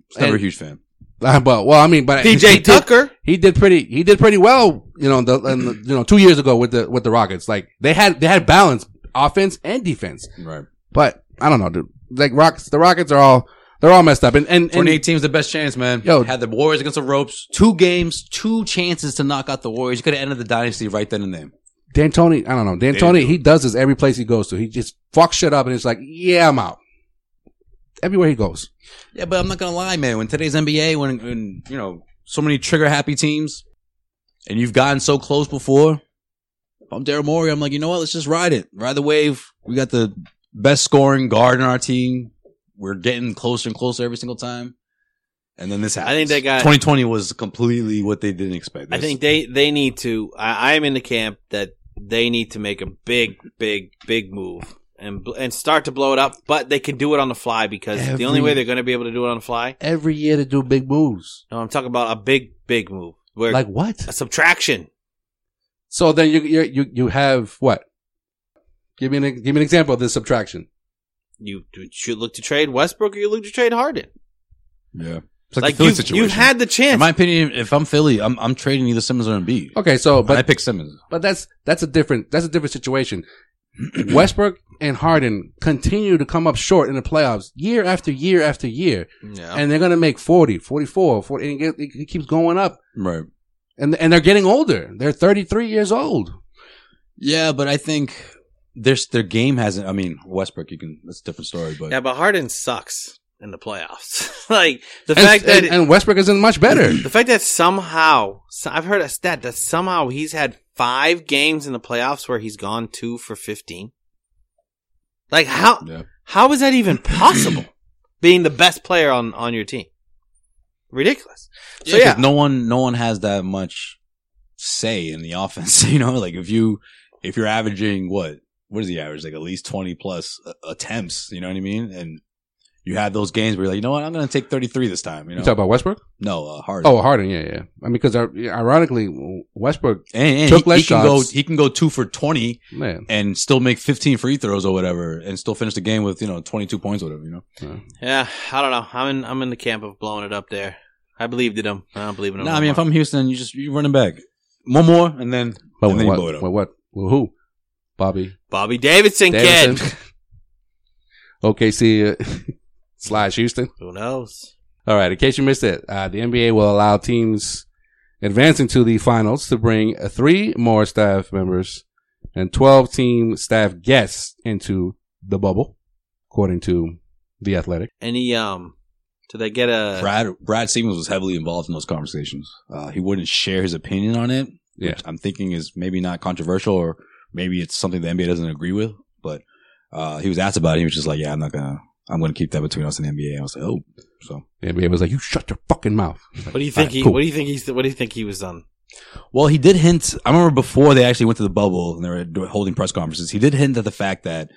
A: Just never a
B: And-
A: huge fan.
B: Uh, but well, I mean, but he
C: DJ
B: did-
C: Tucker.
B: he did pretty, he did pretty well, you know, the, and the, you know, two years ago with the with the Rockets, like they had they had balance, offense and defense.
A: Right.
B: But I don't know, dude. Like Rockets, the Rockets are all they're all messed up, and and, and
A: 2018 is the best chance, man.
B: Yo.
A: had the Warriors against the ropes. Two games, two chances to knock out the Warriors. You could have ended the dynasty right then and there.
B: D'Antoni, I don't know, D'Antoni, he does this every place he goes to. He just fucks shit up, and it's like, yeah, I'm out. Everywhere he goes,
A: Yeah, but I'm not gonna lie, man. When today's NBA, when, when you know so many trigger happy teams, and you've gotten so close before, if I'm Daryl Morey, I'm like, you know what? Let's just ride it, ride the wave. We got the best scoring guard in our team. We're getting closer and closer every single time. And then this happens.
C: think they got-
A: 2020 was completely what they didn't expect.
C: I
A: This-
C: think they they need to. I, I am in the camp that they need to make a big, big, big move and bl- and start to blow it up. But they can do it on the fly because the only
B: Every-
C: way they're going to be able to do it on the fly.
B: every year to do big moves.
C: No, I'm talking about a big, big move where
B: Like what?
C: a subtraction.
B: So then you you you, you have what? Give me an give me an example of this subtraction.
C: You should look to trade Westbrook or you look to trade Harden.
A: yeah. It's
C: Like,
A: the Philly
C: you've, you've had the chance.
A: in my opinion, if I'm Philly, I'm I'm trading either Simmons or Embiid.
B: Okay, so
A: But I
B: but
A: pick Simmons.
B: but that's that's a different that's a different situation. Westbrook and Harden continue to come up short in the playoffs year after year after year,
C: yeah.
B: and they're gonna make 40, 44, 40, and it, get- it keeps going up.
A: Right.
B: And and they're getting older. They're thirty three years old.
A: Yeah, but I think their their game hasn't. I mean, Westbrook, you can. That's a different story. But
C: yeah, but Harden sucks in the playoffs. like the
B: And,
C: fact that
B: and, and Westbrook isn't much better.
C: The fact that somehow, so- I've heard a stat that somehow he's had five games in the playoffs where he's gone two for 15. Like, how,
A: Yeah.
C: how is that even possible? being the best player on, on your team. Ridiculous. So, yeah.
A: 'cause no one no one has that much say in the offense. You know, like if you if you're averaging what what is the average? Like at least twenty plus uh, attempts. You know what I mean? And you have those games where you're like, you know what, I'm going to take 33 this time. You
B: You
A: know,
B: talk about Westbrook?
A: no uh, hard.
B: Oh, Harden, yeah, yeah. I mean, because ironically, Westbrook,
A: and, and
B: took
A: he,
B: less
A: he can go
B: shots.
A: he can go two for twenty
B: man,
A: and still make 15 free throws or whatever, and still finish the game with you know 22 points or whatever. You know,
C: Yeah. I don't know. I'm in, I'm in the camp of blowing it up there. I believed in him. I don't believe in
A: no,
C: him.
A: nah, I mean if
C: anymore.
A: I'm Houston, you just you running back one more and then
B: But
A: And
B: with
A: then you
B: what,
A: blow it up.
B: with what? With who? Bobby
C: Bobby Davidson, kid.
B: Davidson. OKC uh, slash Houston.
C: Who knows?
B: All right. In case you missed it, uh, the NBA will allow teams advancing to the finals to bring uh, three more staff members and 12 team staff guests into the bubble, according to the athletic.
C: Any, um, did they get
B: Uh,
C: a,
A: Brad Brad Stevens was heavily involved in those conversations. Uh, he wouldn't share his opinion on it,
B: Yeah.
A: which I'm thinking is maybe not controversial or maybe it's something the NBA doesn't agree with. But uh, he was asked about it. He was just like, "Yeah, I'm not gonna, I'm gonna keep that between us and the NBA." I was like, "Oh, so
B: The NBA was like, you shut your fucking mouth.
C: what do you think
B: Alright,
C: he,
B: cool.
C: what do you think he's, what do you think he was on?
A: Well, he did hint. I remember before they actually went to the bubble and they were do- holding press conferences. He did hint at the fact that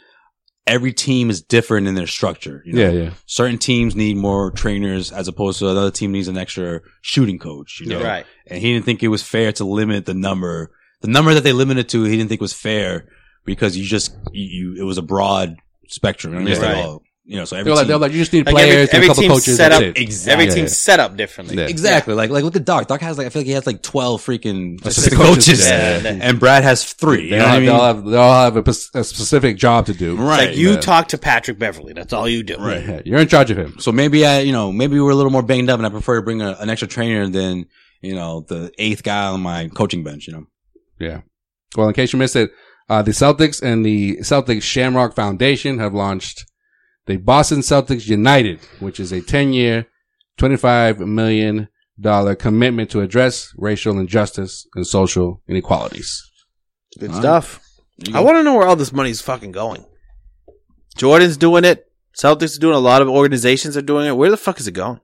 A: every team is different in their structure. you know?
B: Yeah, yeah.
A: certain teams need more trainers as opposed to another team needs an extra shooting coach. You know,
C: Right.
A: and he didn't think it was fair to limit the number. The number that they limited to, he didn't think was fair because you just you, you it was a broad spectrum. I mean, it's like,
C: Right.
A: oh, you know, so every
B: They're like,
A: team-
B: they're like, you just need
C: Like every-
B: players
C: every
B: and a couple
C: team's
B: coaches.
C: set
B: that's
C: up
B: it.
A: exactly.
C: Every
B: Yeah,
C: team's
B: yeah.
C: set up differently.
B: Yeah.
A: Exactly. Like, like look at Doc. Doc has like I feel like he has like twelve freaking assistant
B: coaches.
A: coaches,
C: Yeah.
A: and Brad has three. You
B: They
A: know
B: all,
A: what I
B: have,
A: mean?
B: they all have they all have a, pers- a specific job to do.
A: right.
C: like you
B: man.
C: talk to Patrick Beverly. That's all you do.
A: Right.
B: Yeah, You're in charge of him.
A: So maybe I, you know, maybe we're a little more banged up, and I prefer to bring a, an extra trainer than you know the eighth guy on my coaching bench. You know,
B: Yeah. Well, in case you missed it, uh, the Celtics and the Celtics Shamrock Foundation have launched the Boston Celtics United, which is a 10 year, $25 million commitment to address racial injustice and social inequalities.
C: Good
A: Huh?
C: stuff.
A: You
C: I
A: go-
C: want to know where all this money's fucking going. Jordan's doing it. Celtics are doing it. a lot of organizations are doing it. Where the fuck is it going?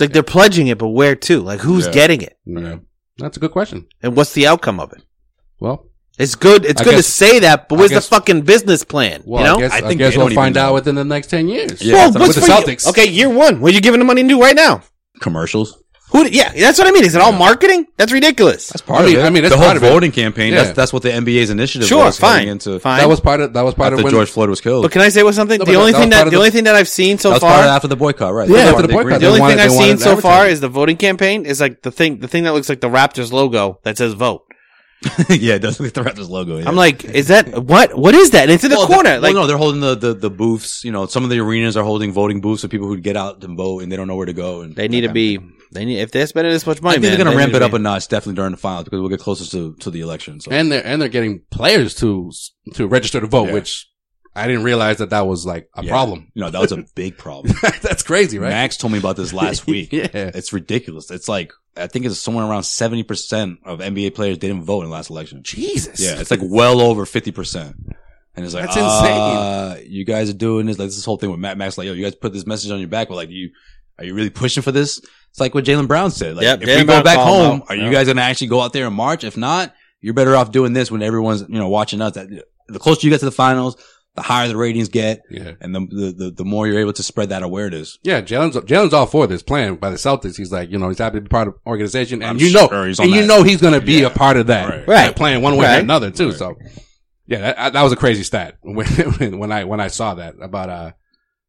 C: Like they're pledging it, but where to? Like who's
A: Yeah.
C: getting it,
B: Yeah. That's a good question.
C: and what's the outcome of it?
B: Well,
C: It's good. It's
B: I
C: good to
B: guess-
C: say that, but
B: I
C: where's
B: guess-
C: the fucking business plan?
B: well
C: you know,
B: I guess,
A: I
B: I
A: think
B: guess
A: they don't
B: we'll find
A: even know.
B: out within the next 10 years.
A: Yeah,
C: well,
A: that's
C: what's
B: what
C: for
B: the
C: you?
B: Celtics-
C: Okay, year one. What are you giving the money to right now?
A: commercials.
C: Who? do- Yeah, that's what I mean. Is it all marketing? That's ridiculous.
A: That's part
B: I mean-
A: of it.
B: I mean, that's
A: the whole
B: part of it.
A: voting campaign.
B: Yeah.
A: That's that's what the NBA's initiative
C: sure,
A: was heading
C: fine,
A: into
C: fine.
B: That was part of, that was part of
A: after
B: when
A: George Floyd was killed.
C: but can I say what something?
B: No,
C: the
B: but
C: only
B: that
C: thing
B: was
C: that
B: part
C: the,
B: of the-
C: only thing that I've seen so
A: that was part of
C: far,
A: after the boycott, right?
B: Yeah,
A: That was
B: after
A: part
B: the
A: of
B: boycott.
A: agreement.
C: the only
B: wanted-
C: thing
B: they
C: I've seen
B: wanted
C: so far
B: advertising.
C: is the voting campaign is like the thing the thing that looks like the Raptors logo that says vote.
A: yeah, it does look at the Raptors logo. yeah.
C: I'm like, is that what? What is that? And it's in the
A: Well,
C: corner.
A: the-
C: like,
A: well, no, they're holding the, the the booths. You know, some of the arenas are holding voting booths so people who get out and vote and they don't know where to go. And
C: they need
A: that
C: to
A: kind of
C: be. They need if they're spending this much
A: I
C: money,
A: think they're
C: man,
A: going to
C: they
A: ramp
C: need
A: it
C: to
A: up
C: be-
A: a notch, definitely during the finals because we'll get closer to, to the election. So
B: and they're and they're getting players to to register to vote,
A: Yeah.
B: which I didn't realize that that was like a
A: Yeah.
B: problem.
A: you know that was a big problem.
B: That's crazy, right?
A: Max told me about this last week.
B: Yeah,
A: It's ridiculous. It's like I think it's somewhere around seventy percent of NBA players didn't vote in the last election.
B: Jesus.
A: Yeah, it's like well over fifty percent. And it's like
B: That's
A: that's
B: insane.
A: insane. You guys are doing this like this whole thing with Matt Max. Like, yo, you guys put this message on your back, but like, you are you really pushing for this? It's like what Jalen Brown said. Like,
C: Yep,
A: if
C: Jaylen
A: we
C: Brown
A: go back
C: called him
A: home,
C: out.
A: are
C: Yep.
A: you guys going to actually go out there in March? If not, you're better off doing this when everyone's you know watching us. That, the closer you get to the finals, the higher the ratings get,
B: yeah,
A: and the the the, the more you're able to spread that awareness.
B: yeah. Jalen's Jalen's all for this plan by the Celtics. He's like, you know, he's happy to be part of the organization, and
A: I'm
B: you know,
A: sure he's on
B: and you
A: that.
B: know, he's gonna be
A: Yeah.
B: a part of that,
A: Right.
B: That plan one way or
C: Right.
B: another too. So, yeah, that, I- that was a crazy stat when, when I when I saw that about uh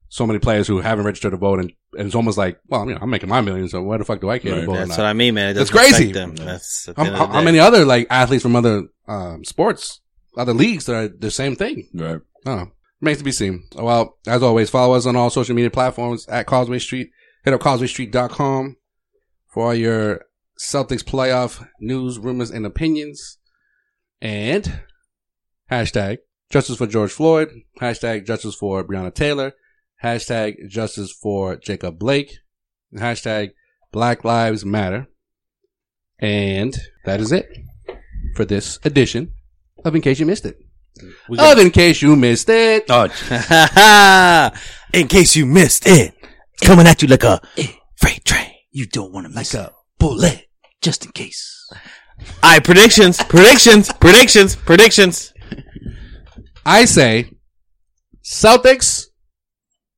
B: so many players who haven't registered to vote, and, and it's almost like, well, you know, I'm making my millions, so where the fuck do I care to
A: Right.
B: vote? or
C: That's
B: not?
C: what I mean, man. It
B: It's
C: doesn't affect
B: crazy.
C: Them. That's at the
B: how,
C: end of
B: how,
C: the
B: how
C: day.
B: many other like athletes from other um, sports, other leagues that are the same thing?
A: Right.
B: Oh, remains to be seen. Well, as always, follow us on all social media platforms at Causeway Street. Hit up causewaystreet.com for all your Celtics playoff news, rumors, and opinions. And hashtag justice for George Floyd, hashtag justice for Breonna Taylor, hashtag justice for Jacob Blake, and hashtag Black Lives Matter. And that is it for this edition of In Case You Missed It.
C: We
B: Of in case you missed it.
A: Oh,
C: In case you missed it, it's coming at you like a freight train.
A: you don't want to miss
B: a
A: bullet just in case.
C: All right, predictions, predictions, predictions, predictions.
B: I say Celtics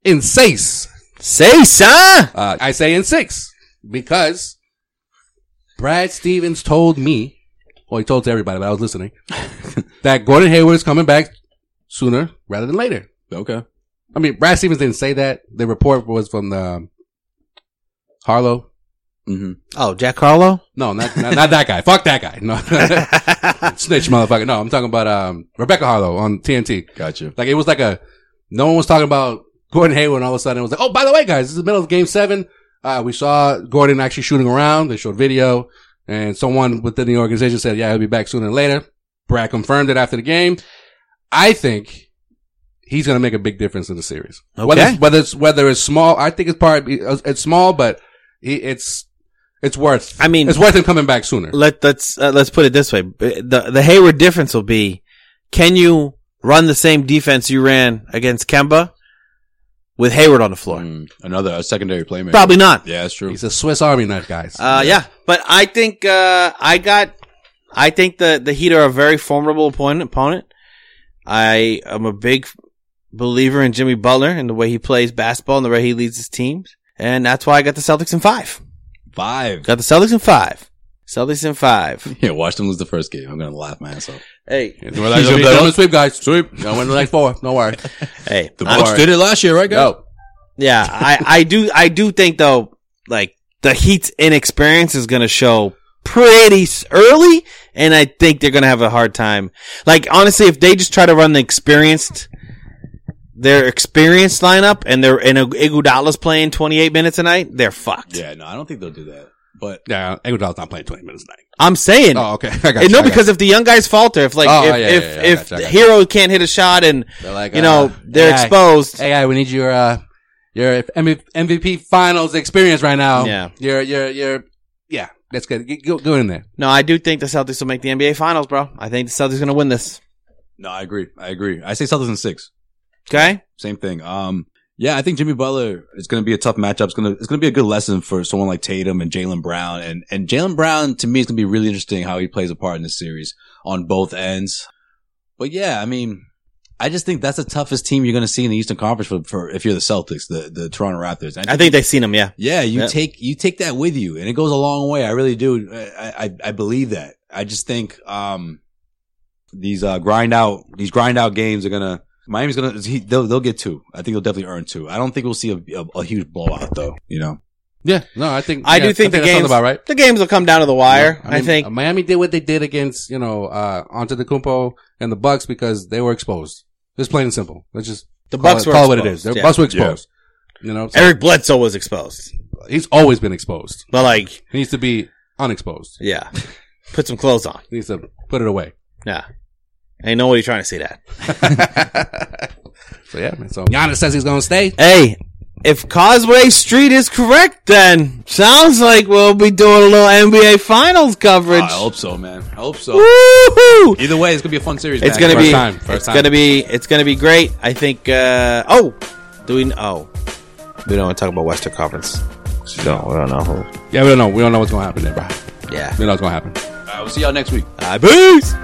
B: in six.
C: Say, son.
B: Uh, I say in six because Brad Stevens told me, well, he told to everybody, but I was listening, that Gordon Hayward is coming back sooner rather than later.
A: Okay.
B: I mean, Brad Stevens didn't say that. The report was from the um, Harlow.
A: hmm
C: Oh, Jack Harlow.
B: No, not, not not that guy. Fuck that guy. No, snitch motherfucker. No, I'm talking about um, Rebecca Harlow on TNT.
A: Gotcha.
B: Like it was like a no one was talking about Gordon Hayward and all of a sudden it was like, Oh, by the way, guys, this is the middle of game seven. Uh, we saw Gordon actually shooting around. They showed video and someone within the organization said, yeah, he'll be back sooner than later. Brad confirmed it after the game. I think he's going to make a big difference in the series. Whether
C: Okay.
B: it's, whether it's, whether it's small, I think it's probably, it's small, but he, it's, it's worth,
C: I mean,
B: it's worth him coming back sooner.
C: let let's uh, let's put it this way: the the Hayward difference will be, can you run the same defense you ran against Kemba with Hayward on the floor?
A: Mm, another a secondary playmaker.
C: Probably not.
A: Yeah, that's true.
B: He's a Swiss Army knife, guys.
C: Uh, yeah, but I think uh, I got. I think the the Heat are a very formidable opponent. Opponent. I am a big believer in Jimmy Butler and the way he plays basketball and the way he leads his teams, and that's why I got the Celtics in five.
A: Five.
C: Got the Celtics in five. Celtics in five.
A: Yeah, watch them lose the first game. I'm gonna laugh my ass off.
C: Hey,
B: He's gonna be coming sweep, guys. Sweep. Gonna win the next four. Don't worry.
C: hey.
A: The
C: I-
A: Bucks did it last year, right, guys?
B: Go.
C: Yeah, I, I do I do think though, like the Heat's inexperience is gonna show pretty s- early, and I think they're gonna have a hard time. Like honestly, if they just try to run the experienced, their experienced lineup, and they're and Iguodala's playing twenty eight minutes a night, they're fucked.
A: Yeah, no, I don't think they'll do that. But
B: Yeah, Iguodala's not playing 20 minutes a night.
C: I'm saying.
B: Oh, okay. I got
C: and
B: you,
C: no,
B: I got
C: because if the young guys falter, if like
B: Oh,
C: if
B: yeah, yeah,
C: if,
B: yeah, I
C: if
B: got you, I got you.
C: hero can't hit a shot and
B: you. They're like,
C: you
B: uh,
C: know they're
B: yeah,
C: exposed,
B: Hey, guy, we need your uh, your M- MVP Finals experience right now.
C: Yeah.
B: your your your yeah. That's good. Get- Go, go in there.
C: no, I do think the Celtics will make the NBA Finals, bro. I think the Celtics are gonna win this.
A: no, I agree. I agree. I say Celtics in six.
C: Okay,
A: Same thing. Um, yeah, I think Jimmy Butler is going to be a tough matchup. It's going to it's going to be a good lesson for someone like Tatum and Jalen Brown. And and Jalen Brown to me is going to be really interesting how he plays a part in this series on both ends. But yeah, I mean, I just think that's the toughest team you're going to see in the Eastern Conference for, for if you're the Celtics, the the Toronto Raptors. And
C: I think they've seen them. Yeah,
A: yeah, you
C: Yeah.
A: take you take that with you, and it goes a long way. I really do. I I, I believe that. I just think um these uh grind out these grind out games are gonna Miami's gonna he, they'll they'll get two. I think they'll definitely earn two. I don't think we'll see a, a, a huge blowout though. You know,
B: Yeah, no, I think
C: I
B: yeah,
C: do think the
B: that sounds
C: games-
B: about right.
C: the games will come down to the wire. I, um,
B: mean,
C: think.
B: Miami did what they did against you know uh, onto the Kumpo and the Bucks because they were exposed. It's plain and simple. Let's just
C: The
B: call
C: Bucks
B: it,
C: were
B: call it what it is.
C: exposed,
B: The
C: yeah.
B: Bucks were exposed. You know, so
C: Eric Bledsoe was exposed,
B: he's always been exposed.
C: but like,
B: He needs to be unexposed.
C: yeah, put some clothes on.
B: He needs to put it away.
C: Yeah, ain't nobody trying to see that.
B: So yeah, man. So Giannis says he's gonna stay.
C: Hey, if Causeway Street is correct, then sounds like we'll be doing a little NBA Finals coverage.
A: I hope so, man. I hope so.
C: Woohoo!
A: Either way, it's gonna be a fun series.
C: It's
A: man.
C: gonna be.
B: First time, first
C: it's
B: time.
C: gonna be. It's gonna be great. I think. Uh, oh, do we? Oh, we don't want to talk about Western Conference. We don't. We don't know who.
B: Yeah, we don't know. We don't know what's gonna happen there, bro.
C: Yeah.
B: We don't know what's gonna happen.
A: All right, we'll see y'all next week.
C: Uh, peace.